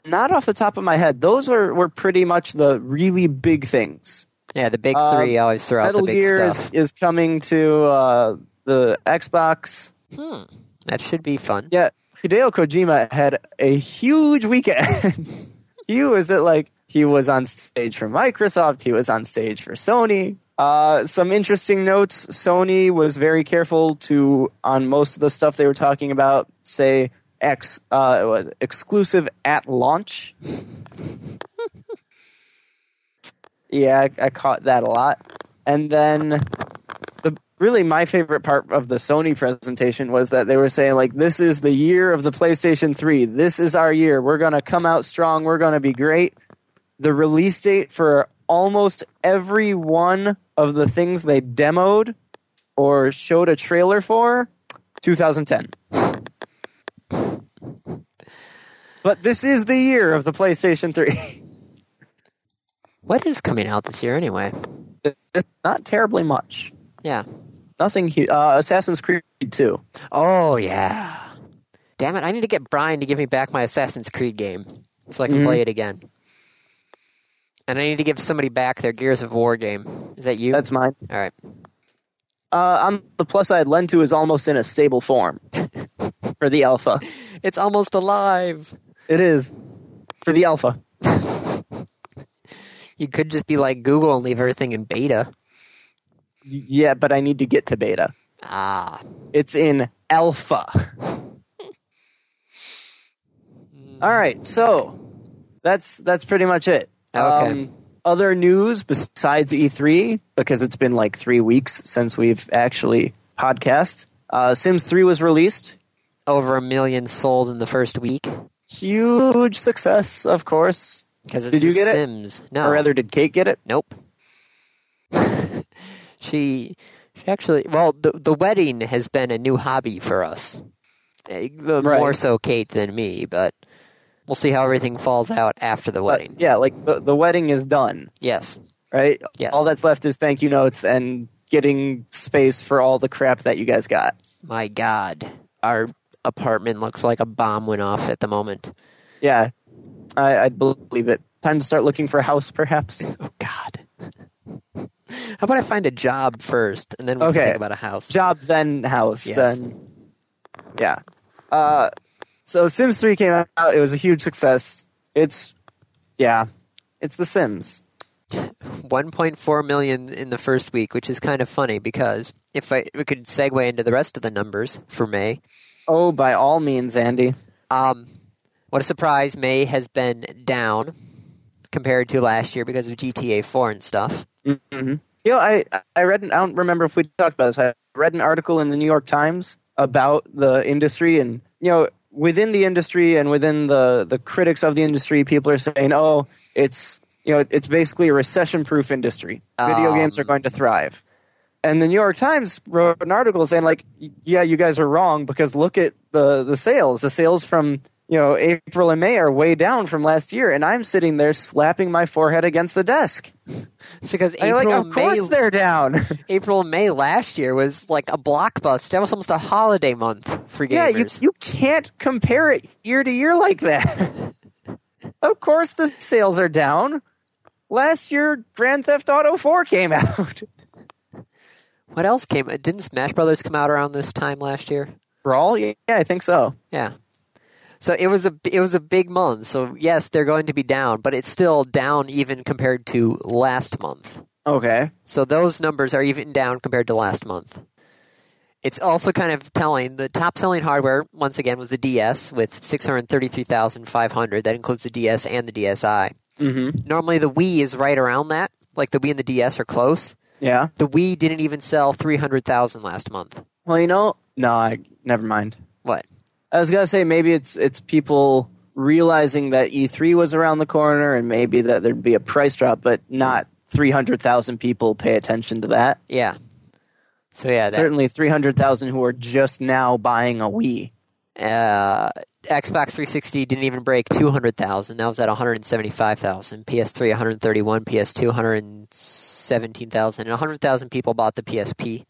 not off the top of my head. Those were, were pretty much the really big things.
yeah the big
Um,
three always throw out
Metal
the big
Gear is,
stuff
is coming to uh, the Xbox.
hmm. that should be fun
Yeah, Hideo Kojima had a huge weekend. he was at like he was on stage for Microsoft. He was on stage for Sony. Uh, some interesting notes. Sony was very careful to on most of the stuff they were talking about say ex uh, it was exclusive at launch. yeah, I, I caught that a lot. And then the really my favorite part of the Sony presentation was that they were saying like this is the year of the PlayStation 3. This is our year. We're going to come out strong. We're going to be great. The release date for almost every one of the things they demoed or showed a trailer for 2010. But this is the year of the PlayStation 3.
what is coming out this year anyway
it's not terribly much.
yeah
Nothing huge. Uh, Assassin's Creed 2.
oh yeah damn it i need to get brian to give me back my assassin's creed game so i can
Mhm.
play it again and i need to give somebody back their gears of war game is that you
That's mine.
all right
Uh, on the plus side, Len 2 is almost in a stable form for the alpha.
It's almost alive.
It is for the alpha.
You could just be like Google and leave everything in beta.
Y- Yeah, but I need to get to beta.
Ah.
It's in alpha. All right, so that's that's pretty much it. Um,
Okay.
other news besides E3, because it's been like three weeks since we've actually podcast. Uh, Sims 3 was released.
Over a million sold in the first week.
Huge success, of course.
Because it's
Did you
the
get it?
Sims. No.
Or rather, did Kate get it?
Nope. she she actually well the the wedding has been a new hobby for us. Eh, uh,
Right.
More so Kate than me, but we'll see how everything falls out after the
But,
wedding.
Uh, yeah, like the, the wedding is done,
Yes.
right?
Yes.
All that's left is thank you notes and getting space for all the crap that you guys got.
My god. Our apartment looks like a bomb went off at the moment.
Yeah, I, I believe it. Time to start looking for a house, perhaps.
Oh god. How about I find a job first and then we
Okay.
can think about a house?
job then house
Yes.
then yeah uh so sims 3 came out it was a huge success it's yeah it's the sims
1.4 million in the first week, which is kind of funny because if I we could segue into the rest of the numbers for May,
oh by all means andy
um, what a surprise! May has been down compared to last year because of GTA 4 and stuff.
mm-hmm. you know i i read an, i don't remember if we talked about this i read an article in the new york times about the industry and you know within the industry and within the the critics of the industry people are saying oh it's you know it's basically a recession proof industry video
Um,
games are going to thrive and the new york times wrote an article saying like yeah you guys are wrong because look at the the sales the sales from you know april and may are way down from last year and i'm sitting there slapping my forehead against the desk
It's because
I
April,
like, of
and May,
course they're down.
April, and May last year was like a blockbuster. That was almost a holiday month for gamers.
yeah, you you can't compare it year to year like that. of course the sales are down. Last year, Grand Theft Auto 4 came out.
what else came? Didn't Smash Brothers come out around this time last year?
Brawl? Yeah, I think so.
Yeah. So it was a it was a big month. So yes, they're going to be down, but it's still down even compared to last month.
Okay.
So those numbers are even down compared to last month. It's also kind of telling. The top selling hardware once again was the DS with 633,500. That includes the DS and the DSi.
Mm-hmm.
Normally the Wii is right around that. Like the Wii and the DS are close.
Yeah.
The Wii didn't even sell 300,000 last month.
Well, you know, no, I never mind.
What?
I was gonna say maybe it's it's people realizing that E3 was around the corner and maybe that there'd be a price drop, but not 300,000 people pay attention to that.
Yeah. So yeah, that,
Certainly 300,000 who are just now buying a Wii.
uh, Xbox 360 didn't even break 200,000. That was at 175,000. PS3 131, PS2 117,000, and 100,000 people bought the PSP.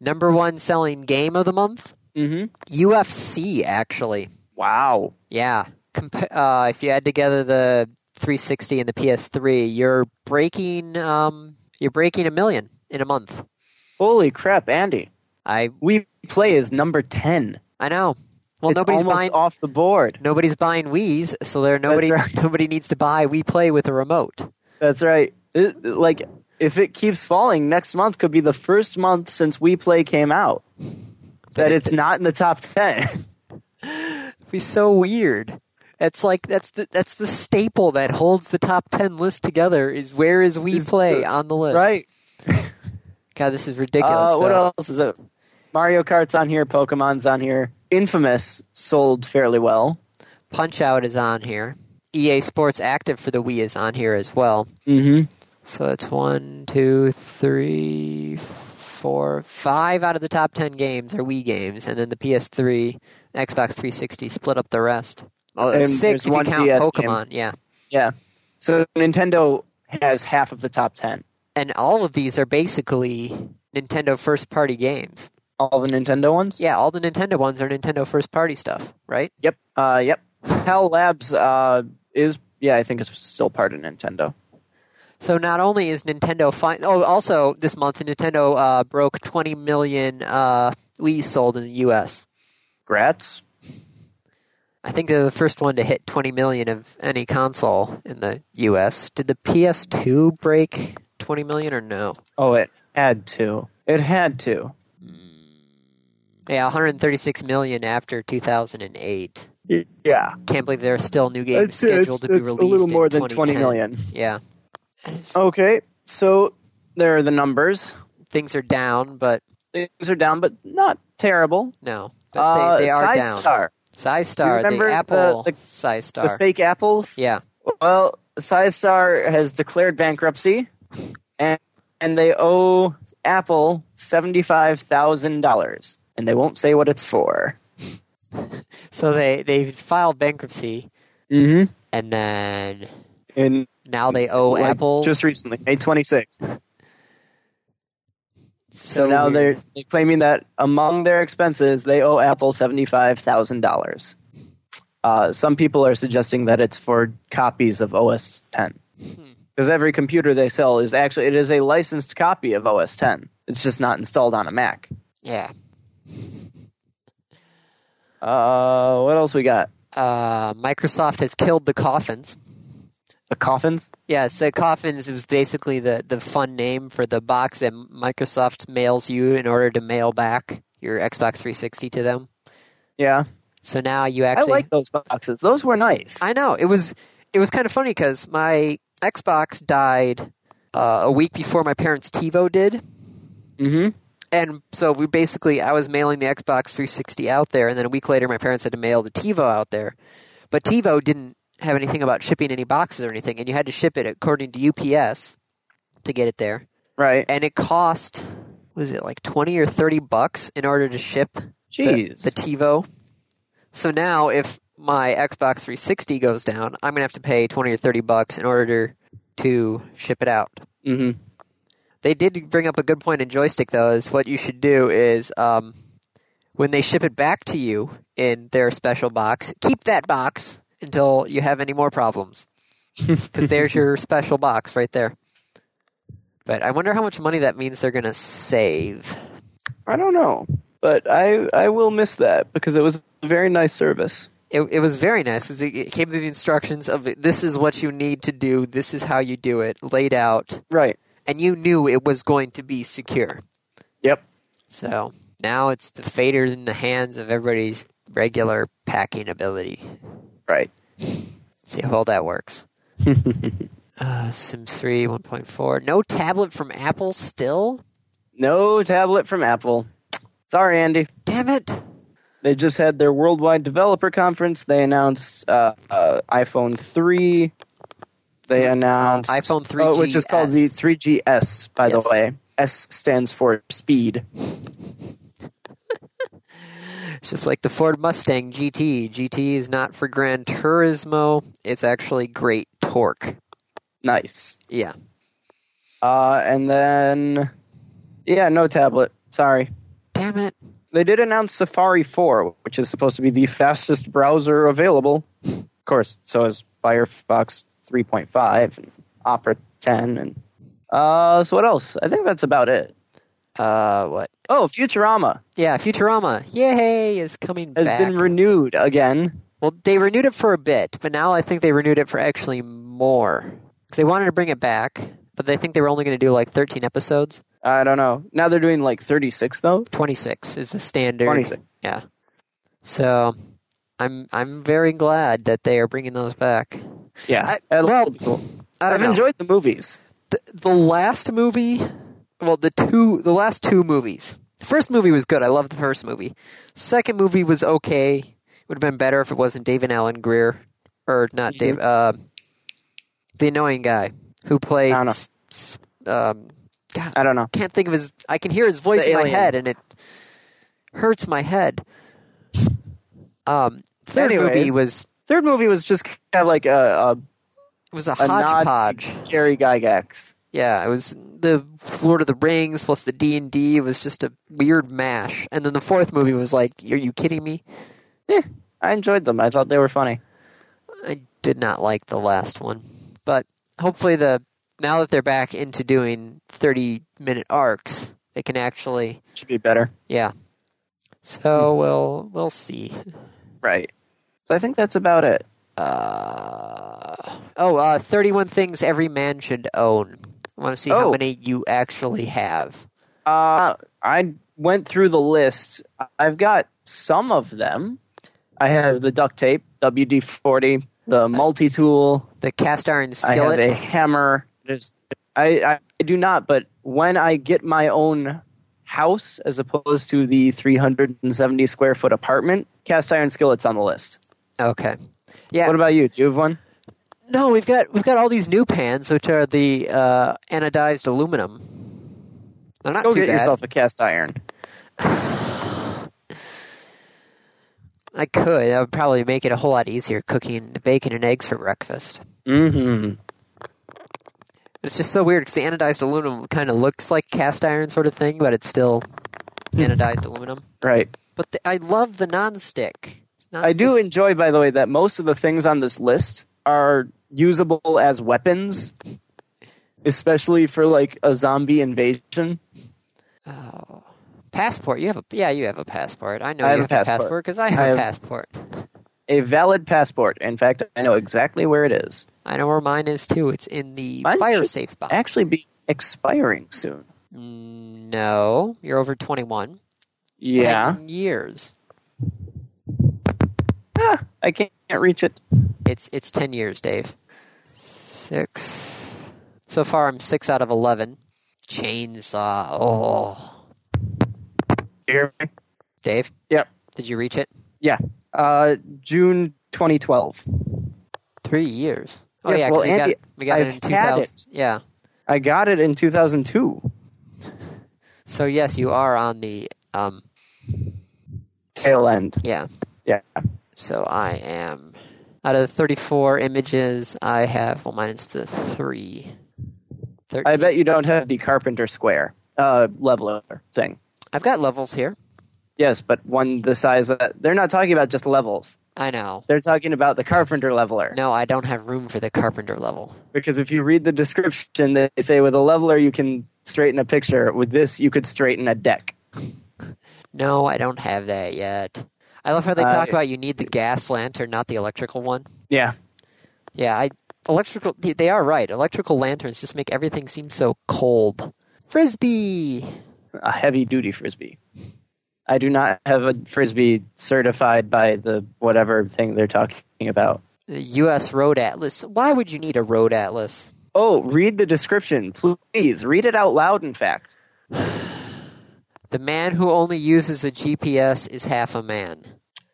Number one selling game of the month,
Mm-hmm.
UFC actually.
Wow.
Yeah, Compa- uh, if you add together the 360 and the PS3, you're breaking um, you're breaking a million in a month.
Holy crap, Andy.
I
We play is number 10.
I know. Well,
it's
nobody's
almost
buying
off the board.
Nobody's buying Wii's, so there nobody
right.
nobody needs to buy We Play with a remote.
That's right. It- like, if it keeps falling, next month could be the first month since We Play came out that it's not in the top 10.
It'd be so weird. It's like that's the that's the staple that holds the top ten list together is where is We
Is
Play
the-
on the list. God, this is ridiculous.
Uh, what
though.
else is it? Mario Kart's on here, Pokemon's on here. Infamous sold fairly well.
Punch Out is on here. EA Sports Active for the Wii is on here as well.
Mm-hmm.
So that's one, two, three, four, five out of the top ten games are Wii games, and then the PS3, Xbox 360 split up the rest. Oh,
And
six
there's
if you
one
count
DS game.
Pokemon, yeah.
Yeah. So Nintendo has half of the top 10.
And all of these are basically Nintendo first party games.
All the Nintendo ones?
Yeah, all the Nintendo ones are Nintendo first party stuff, right?
Yep. Uh, yep. Hal Labs uh, is yeah, I think it's still part of Nintendo.
So not only is Nintendo fine. Oh, also this month Nintendo uh, broke 20 million uh, Wii sold in the U.S.
Grats.
I think they're the first one to hit 20 million of any console in the U.S. Did the PS2 break 20 million or no?
Oh, it had to. It had to.
Yeah, 136 million after 2008.
Yeah.
Can't believe there are still new games scheduled to be released.
a little
in
more than 20
2010.
million.
Yeah. I just-
Okay, so there are the numbers.
Things are down, but
Things are down, but not terrible.
no.
uh,
But they, they are down.
SciStar,
SciStar,
remember
the
the-
Apple
the- the
SciStar.
fake apples.
yeah.
Well, SciStar has declared bankruptcy, and, and they owe Apple $75,000, and they won't say what it's for.
So they, they filed bankruptcy,
Mm-hmm.
and then
And
now they owe
like,
Apple.
just recently, May 26th. So, now
weird.
they're claiming that among their expenses, they owe Apple seventy-five thousand dollars. Uh, some people are suggesting that it's for copies of OS ten,
Hmm.
because every computer they sell is actually it is a licensed copy of OS ten. It's just not installed on a Mac.
Yeah.
Uh, what else we got?
Uh, Microsoft has killed the coffins.
The coffins.
Yeah, so coffins was basically the, the fun name for the box that Microsoft mails you in order to mail back your Xbox 360 to them.
Yeah,
So now you actually
I like those boxes. Those were nice.
I know it was it was kind of funny because my Xbox died uh, a week before my parents' TiVo did,
mm-hmm.
and so we basically I was mailing the Xbox 360 out there, and then a week later my parents had to mail the TiVo out there, but TiVo didn't have anything about shipping any boxes or anything, and you had to ship it according to UPS to get it there,
Right.
and it cost was it like twenty or thirty bucks in order to ship the,
Jeez.
the TiVo. So now, if my Xbox 360 goes down, I'm gonna have to pay 20 or 30 bucks in order to ship it out.
mm-hmm.
They did bring up a good point in joystick, though. Is what you should do is um, when they ship it back to you in their special box, keep that box until you have any more problems, because there's your special box right there. But I wonder how much money that means they're gonna save.
I don't know, but I I will miss that because it was a very nice service.
it, it was very nice. 'cause It it came with the instructions of this is what you need to do, this is how you do it, laid out,
Right.
and you knew it was going to be secure.
Yep.
So now it's the fader in the hands of everybody's regular packing ability.
Right.
See how well that works. uh, Sims 3 1.4. No tablet from Apple still?
No tablet from Apple. Sorry, Andy.
Damn it!
They just had their worldwide developer conference. They announced uh, uh, iPhone 3. They announced
iPhone
oh, which is called the
3GS.
3GS, by
Yes.
the way. S stands for speed.
It's just like the Ford Mustang GT. GT is not for Gran Turismo, it's actually great torque.
Nice.
Yeah.
Uh, and then, yeah, no tablet. Sorry.
Damn it.
They did announce Safari 4, which is supposed to be the fastest browser available. Of course, so is Firefox 3.5 and Opera 10 and uh so what else? I think that's about it.
Uh, what?
Oh, Futurama
Yeah, Futurama. Yay, is coming
has
back.
been renewed again.
well, they renewed it for a bit, but now I think they renewed it for actually more. 'Cause they wanted to bring it back, but they think they were only going to do like 13 episodes.
I don't know. Now they're doing like 36 though.
26 is the standard.
26.
Yeah. So I'm I'm very glad that they are bringing those back.
Yeah.
I-
That'll
well,
be cool.
I don't
I've
know.
enjoyed the movies.
the, the last movie well the two the last two movies the first movie was good i loved the first movie second movie was okay would have been better if it wasn't david allen greer or
Mm-hmm.
not dave uh, the annoying guy who played
I don't know.
s- s- um, God,
I don't know.
can't think of his i can hear his voice
The
in my
alien.
head and it hurts my head um third movie
Anyways.
was
Third movie was just kind of like a,
it was a,
a, a nod
hodgepodge
to Gary Gygax.
Yeah, it was the Lord of the Rings plus the D and D was just a weird mash, and then the fourth movie was like, "Are you kidding me?"
Yeah, I enjoyed them. I thought they were funny.
I did not like the last one, but hopefully the now that they're back into doing 30 minute arcs, they can actually,
Should be better.
yeah.
Hmm.
So we'll we'll see.
Right. So I think that's about it.
Uh, oh, uh, 31 things every man should own. I want to see how
Oh.
many you actually have.
Uh, I went through the list. I've got some of them. I have the duct tape, WD 40, the multi tool,
The cast iron
I have
skillet.
a hammer. There's- I, I, I do not, but when I get my own house as opposed to the 370 square foot apartment, cast iron skillet's on the list.
okay. Yeah.
What about you? Do you have one?
no, we've got we've got all these new pans, which are the uh, anodized aluminum. They're not
Go
too
get
bad.
yourself a cast iron.
I could. That would probably make it a whole lot easier cooking bacon and eggs for breakfast.
Mm-hmm.
But it's just so weird because the anodized aluminum kind of looks like cast iron sort of thing, but it's still anodized aluminum.
Right.
But the, I love the nonstick. nonstick.
I do enjoy, by the way, that most of the things on this list are usable as weapons, especially for like a zombie invasion.
Oh. Passport. You have a yeah. You have a passport. I know
I
you
have a passport.
passport because I have
I
a
have-
passport.
A valid passport. In fact, I know exactly where it is.
I know where mine is too. It's in the
Mine
fire
should
safe box.
Actually, be expiring soon.
no, you're over twenty one.
Yeah,
Ten years.
I can't reach it.
It's it's ten years, Dave. Six. So far, I'm six out of eleven. Chainsaw. Oh,
You hear me?
Dave.
Yep.
Did you reach it?
Yeah. Uh, June 2012.
Three years. Oh
Yes,
yeah, 'cause
well,
we got
Andy,
it- we got it
I've
in two
had
thousand.
it.
Yeah.
I got it in 2002.
So yes, you are on the um.
Tail end.
Yeah.
Yeah.
So I am out of the 34 images I have well minus the 3. 13.
I bet you don't have the carpenter square uh, leveler thing.
I've got levels here.
Yes, but one the size that they're not talking about just levels.
I know.
They're talking about the carpenter leveler.
No, I don't have room for the carpenter level.
Because if you read the description, they say with a leveler you can straighten a picture. With this, you could straighten a deck.
No, I don't have that yet. I love how they
Uh,
talk
it-
about you need the gas lantern, not the electrical one.
Yeah.
Yeah, I electrical they they are right. Electrical lanterns just make everything seem so cold. Frisbee.
a heavy duty frisbee. I do not have a frisbee certified by the whatever thing they're talking about.
The US road atlas. Why would you need a road atlas?
Oh, read the description, please. Read it out loud. In fact,
The man who only uses a GPS is half a man.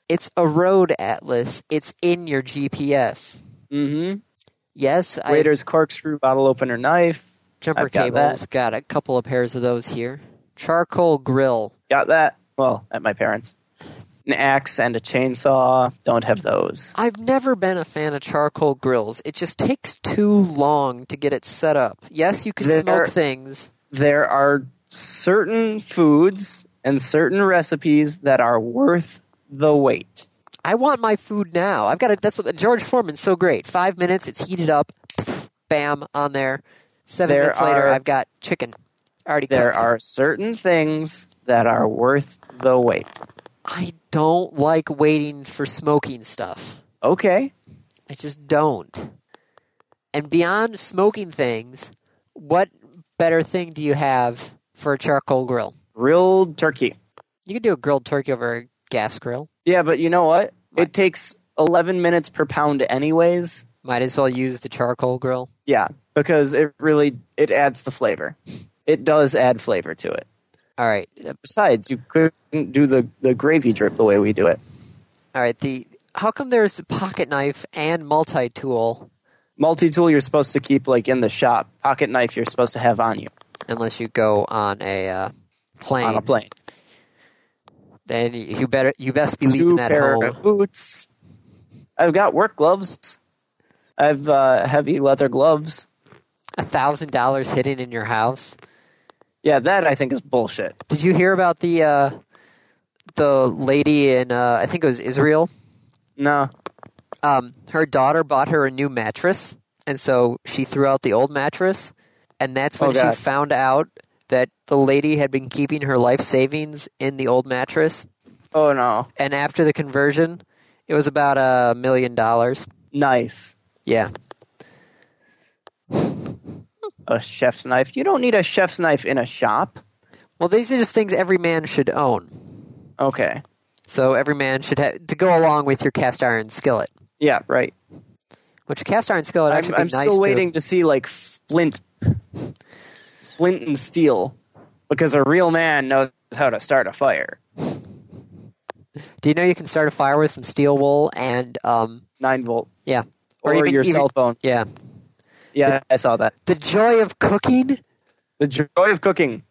It's a road atlas. It's in your GPS.
mm-hmm.
Yes, I
Waiter's corkscrew bottle opener knife.
jumper
I've got that.
cables. Got a couple of pairs of those here. Charcoal grill.
Got that? Well, at my parents. An axe and a chainsaw. Don't have those.
I've never been a fan of charcoal grills. It just takes too long to get it set up. Yes, you can
There-
smoke things.
There are certain foods and certain recipes that are worth the wait.
I want my food now. I've got it. That's what George Foreman's so great. Five minutes, it's heated up. Bam, on there. Seven
There
minutes later,
are-
I've got chicken already
There
cooked.
are certain things that are worth the wait.
I don't like waiting for smoking stuff.
Okay.
I just don't. And beyond smoking things, what better thing do you have for a charcoal grill?
grilled turkey.
You could do a grilled turkey over a gas grill.
Yeah, but you know what?
What?
It takes 11 minutes per pound anyways.
Might as well use the charcoal grill.
Yeah, because it really it adds the flavor. It does add flavor to it.
All right. Uh,
Besides, you couldn't do the, the gravy drip the way we do it.
All right, the how come there's the pocket knife and multi-tool
Multi-tool you're supposed to keep like in the shop. Pocket knife you're supposed to have on you
unless you go on a uh, plane?
on a plane.
Then you better you best be leaving
Two
that
pair
home.
of boots. I've got work gloves. I've uh, heavy leather gloves.
A thousand dollars hidden in your house.
Yeah, that I think is bullshit.
Did you hear about the uh, the lady in uh, I think it was Israel?
No.
Um, her daughter bought her a new mattress, and so she threw out the old mattress and that's
Oh,
when she
God.
found out that the lady had been keeping her life savings in the old mattress.
Oh no.
And after the conversion, it was about a million dollars.
Nice.
Yeah.
A chef's knife. You don't need a chef's knife in a shop.
Well, these are just things every man should own.
Okay.
So every man should have to go along with your cast iron skillet.
Yeah, right.
Which cast iron skillet
I'm,
actually
I'm
be nice
still
to-
waiting to see like flint, flint and steel, because a real man knows how to start a fire.
Do you know you can start a fire with some steel wool and um
Nine volt
yeah.
or,
even-
your
even-
cell phone.
yeah.
Yeah, I saw that.
The joy of cooking?
The joy of cooking.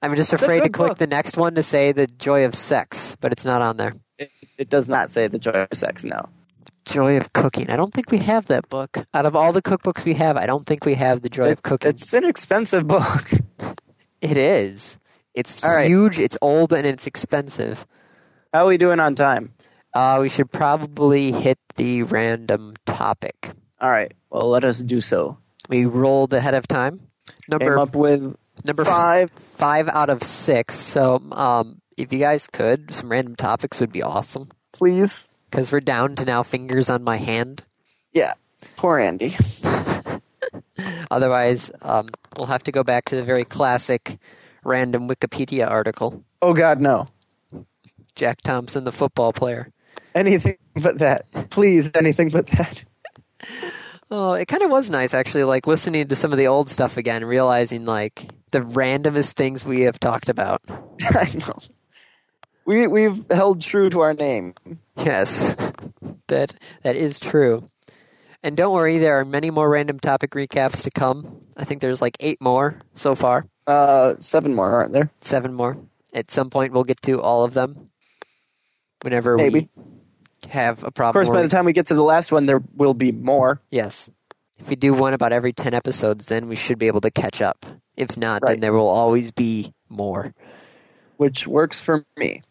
I'm just afraid to
good
click
book.
the next one to say the joy of sex, but it's not on there.
It, it does not say the joy of sex. No.
Joy of Cooking. I don't think we have that book. Out of all the cookbooks we have, I don't think we have The Joy
It-
of Cooking. It's,
It's an expensive book.
it is. It's
All right.
huge, it's old, and it's expensive.
How are we doing on time?
Uh, we should probably hit the random topic.
All right. Well, let us do so.
We rolled ahead of time.
Came
Number
up with
number
five.
five out of six. So um, if you guys could, some random topics would be awesome.
please.
Because we're down to now fingers on my hand.
Yeah. Poor Andy.
Otherwise, um, we'll have to go back to the very classic random Wikipedia article
Oh God, no.
Jack Thompson, the football player.
Anything but that. Please, anything but that.
Oh, it kind of was nice actually, like listening to some of the old stuff again, realizing like the randomest things we have talked about.
I know. We we've held true to our name.
Yes, that that is true. And don't worry, there are many more random topic recaps to come. I think there's like eight more so far,
Uh, seven more, aren't there?
seven more. At some point, we'll get to all of them. Whenever
Maybe.
we have a
Of
problem.
course,
where
by
we-
the time we get to the last one, there will be more.
Yes. If we do one about every 10 episodes, then we should be able to catch up. If not, then
Right.
there will always be more.
which works for me.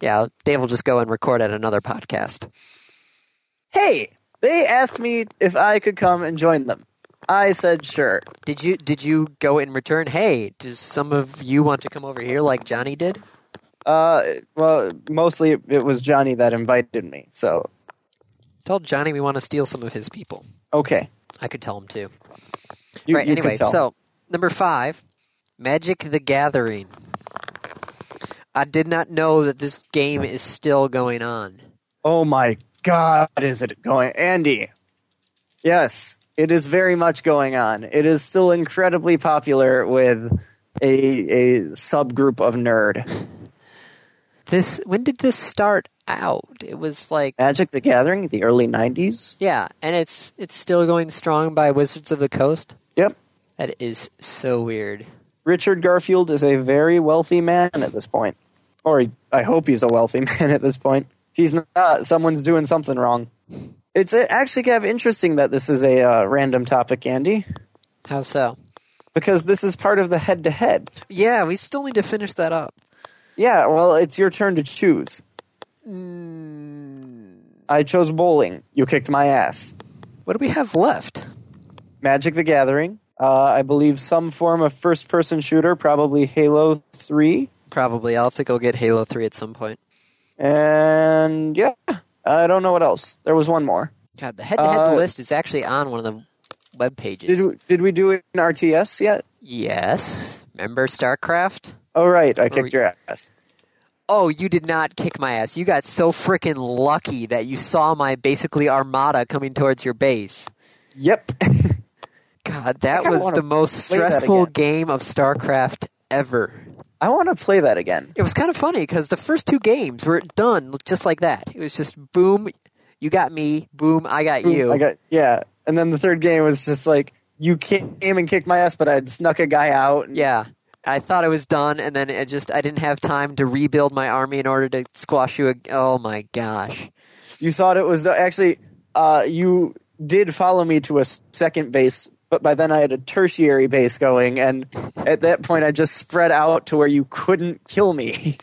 Yeah, Dave will just go and record at another podcast.
Hey, they asked me if I could come and join them. I said sure.
Did you did you go in return? Hey, does some of you want to come over here like Johnny did?
Uh, well, mostly it was Johnny that invited me. So
Told Johnny we want to steal some of his people.
okay,
I could tell him too.
you,
right,
you could
anyway,
tell.
so number 5, Magic the Gathering. I did not know that this game is still going on.
oh my God, is it going, Andy? Yes, it is very much going on. It is still incredibly popular with a a subgroup of nerd.
This when did this start out? It was like
Magic the Gathering, the early '90s.
Yeah, and it's it's still going strong by Wizards of the Coast.
Yep.
That is so weird.
Richard Garfield is a very wealthy man at this point. Or he- I hope he's a wealthy man at this point. If He's not. Someone's doing something wrong. It's uh, actually kind of interesting that this is a uh, random topic, Andy,
How so?
because this is part of the head to head.
Yeah, we still need to finish that up.
Yeah, well, it's your turn to choose. I chose bowling. You kicked my ass.
What do we have left?
Magic the Gathering. Uh, I believe some form of first person shooter, probably Halo 3.
Probably I'll have to go get Halo 3 at some point.
And yeah, I don't know what else. There was one more.
God, the head-to-head
Uh,
list is actually on one of the web pages.
Did we, did we do it in RTS yet?
yes. Remember StarCraft?
Oh right, I
we-
kicked your ass.
Oh, you did not kick my ass. You got so freaking lucky that you saw my basically armada coming towards your base.
Yep.
God, that
kinda
was
wanna
the most
play that
stressful
again.
game of StarCraft ever.
I want to play that again.
It was kind of funny because the first two games were done just like that. It was just boom, you got me, boom, I got you.
I got yeah, and then the third game was just like you came and kicked my ass, but I had snuck a guy out. And
yeah. I thought I was done, and then it just I didn't have time to rebuild my army in order to squash you. ag- Oh my gosh!
You thought it was actually uh, you did follow me to a s- second base, but by then I had a tertiary base going, and at that point I just spread out to where you couldn't kill me.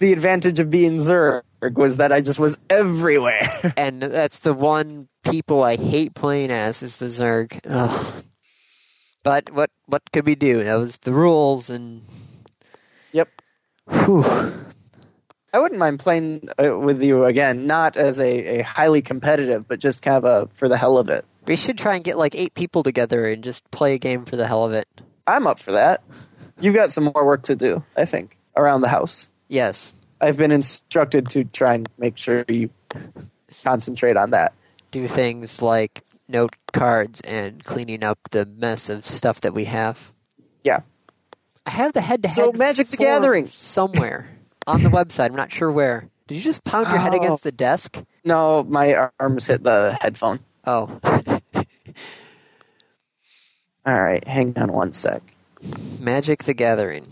the advantage of being Zerg. Eric was that I just was everywhere.
and that's the one people I hate playing as is the Zerg. Ugh. But what what could we do? That was the rules, and
Yep.
Whew.
I wouldn't mind playing uh, with you again, not as a, a highly competitive, but just kind of a for the hell of it.
we should try and get like eight people together and just play a game for the hell of it.
I'm up for that. You've got some more work to do, I think, around the house.
Yes,
I've been instructed to try and make sure you concentrate on that.
do things like note cards and cleaning up the mess of stuff that we have.
Yeah.
I have the head to head.
So Magic the Gathering.
somewhere on the website. I'm not sure where. Did you just pound your head
Oh.
against the desk?
No, my arms hit the headphone.
Oh,
All right, hang on one sec.
Magic the Gathering.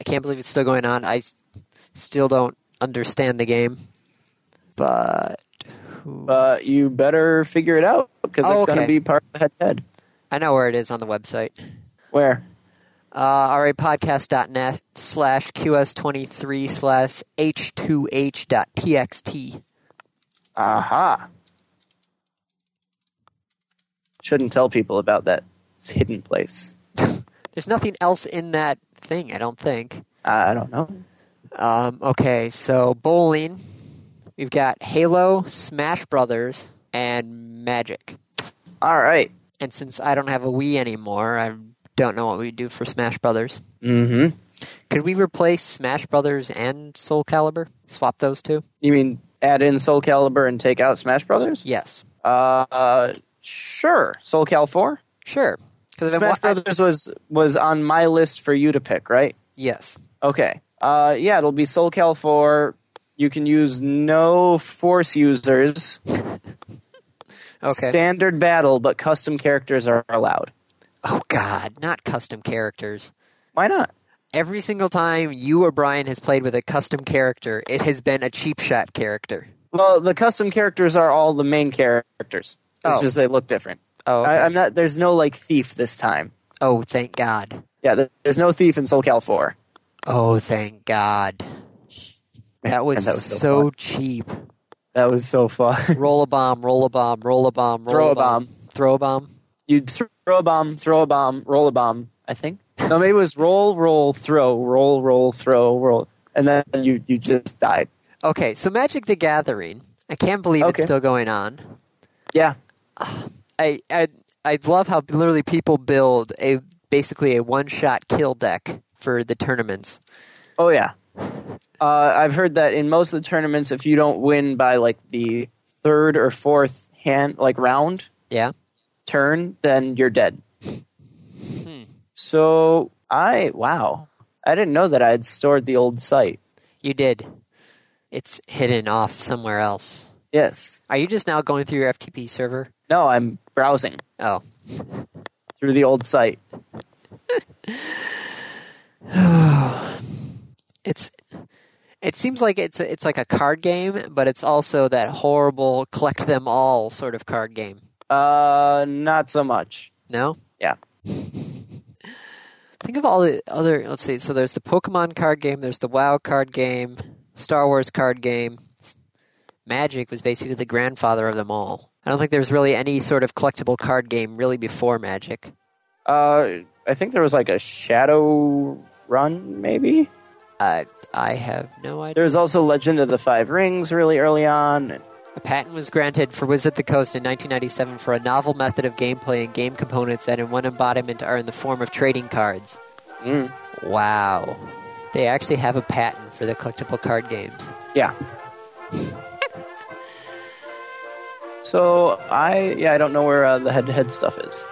I can't believe it's still going on. I s- still don't understand the game. But who-
But you better figure it out because
Oh,
it's going
okay.
to be part of the head to head.
I know where it is on the website.
Where?
Uh, rapodcast.net slash QS23 slash H2H.txt.
Aha. Shouldn't tell people about that hidden place.
There's nothing else in that thing, I don't think.
I don't know.
Um, okay, so bowling. We've got Halo, Smash Brothers, and Magic.
All right.
And since I don't have a Wii anymore, I don't know what we do for Smash Brothers.
Mm-hmm.
Could we replace Smash Brothers and Soul Calibur? Swap those two?
You mean add in Soul Calibur and take out Smash Brothers?
Yes.
Uh, sure. Soul Cal Four.
Sure. 'Cause I've been
Smash
wa- I-
Brothers was was on my list for you to pick, right?
yes.
Okay. Uh, yeah, it'll be Soul Cal Four. You can use no force users.
Okay.
Standard battle, but custom characters are allowed.
oh, God. Not custom characters.
Why not?
Every single time you or Brian has played with a custom character, it has been a cheap shot character.
Well, the custom characters are all the main characters. It's
Oh.
just they look different.
Oh, okay.
I, I'm not. There's no like thief this time.
oh, thank God.
Yeah, there- there's no thief in Soul Cal Four.
Oh, thank God. That was,
that was so
so cheap.
That was so fun.
Roll a bomb, roll a bomb, roll a bomb, roll
Throw
a
a
bomb. Throw a bomb.
You'd th- throw a bomb, throw a bomb, roll a bomb. I think. No, maybe it was roll, roll, throw, roll, roll, throw, roll, and then you you just died.
Okay, so Magic the Gathering. I can't believe it's
Okay.
still going on.
Yeah.
I I I love how literally people build a basically a one shot kill deck for the tournaments.
Oh yeah. Uh, I've heard that in most of the tournaments, if you don't win by like the third or fourth hand, like round,
Yeah.
turn, then you're dead.
Hmm.
So I wow, I didn't know that I had stored the old site.
You did. It's hidden off somewhere else.
Yes.
Are you just now going through your FTP server?
No, I'm browsing
Oh.
through the old site.
It's it seems like it's a, it's like a card game, but it's also that horrible collect them all sort of card game.
Uh, not so much.
No?
Yeah.
Think of all the other. Let's see. So there's the Pokemon card game. There's the WoW card game. Star Wars card game. Magic was basically the grandfather of them all. I don't think there's really any sort of collectible card game really before Magic.
Uh, I think there was like a Shadow Run, maybe.
I Uh, I have no
There
idea.
was also Legend of the Five Rings really early on.
A patent was granted for Wizard of the Coast in 1997 for a novel method of gameplay and game components that, in one embodiment, are in the form of trading cards.
Mm,
Wow. They actually have a patent for the collectible card games.
yeah. So I yeah I don't know where uh, the head to head stuff is.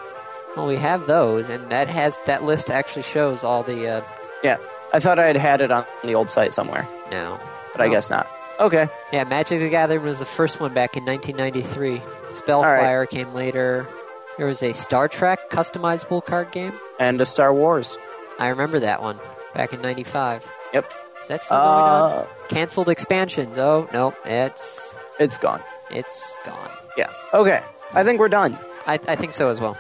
Well, we have those, and that has that list actually shows all the. Uh,
Yeah, I thought I had had it on the old site somewhere,
no,
but I
No.
guess not. Okay.
Yeah, Magic the Gathering was the first one back in 1993. Spellfire came later. There was a Star Trek customizable card game.
and a Star Wars.
I remember that one back in '95.
Yep.
Is that still going on?
Uh,
Cancelled expansions. Oh no, it's
it's gone.
it's gone.
Yeah. Okay. I think we're done.
I I think so as well.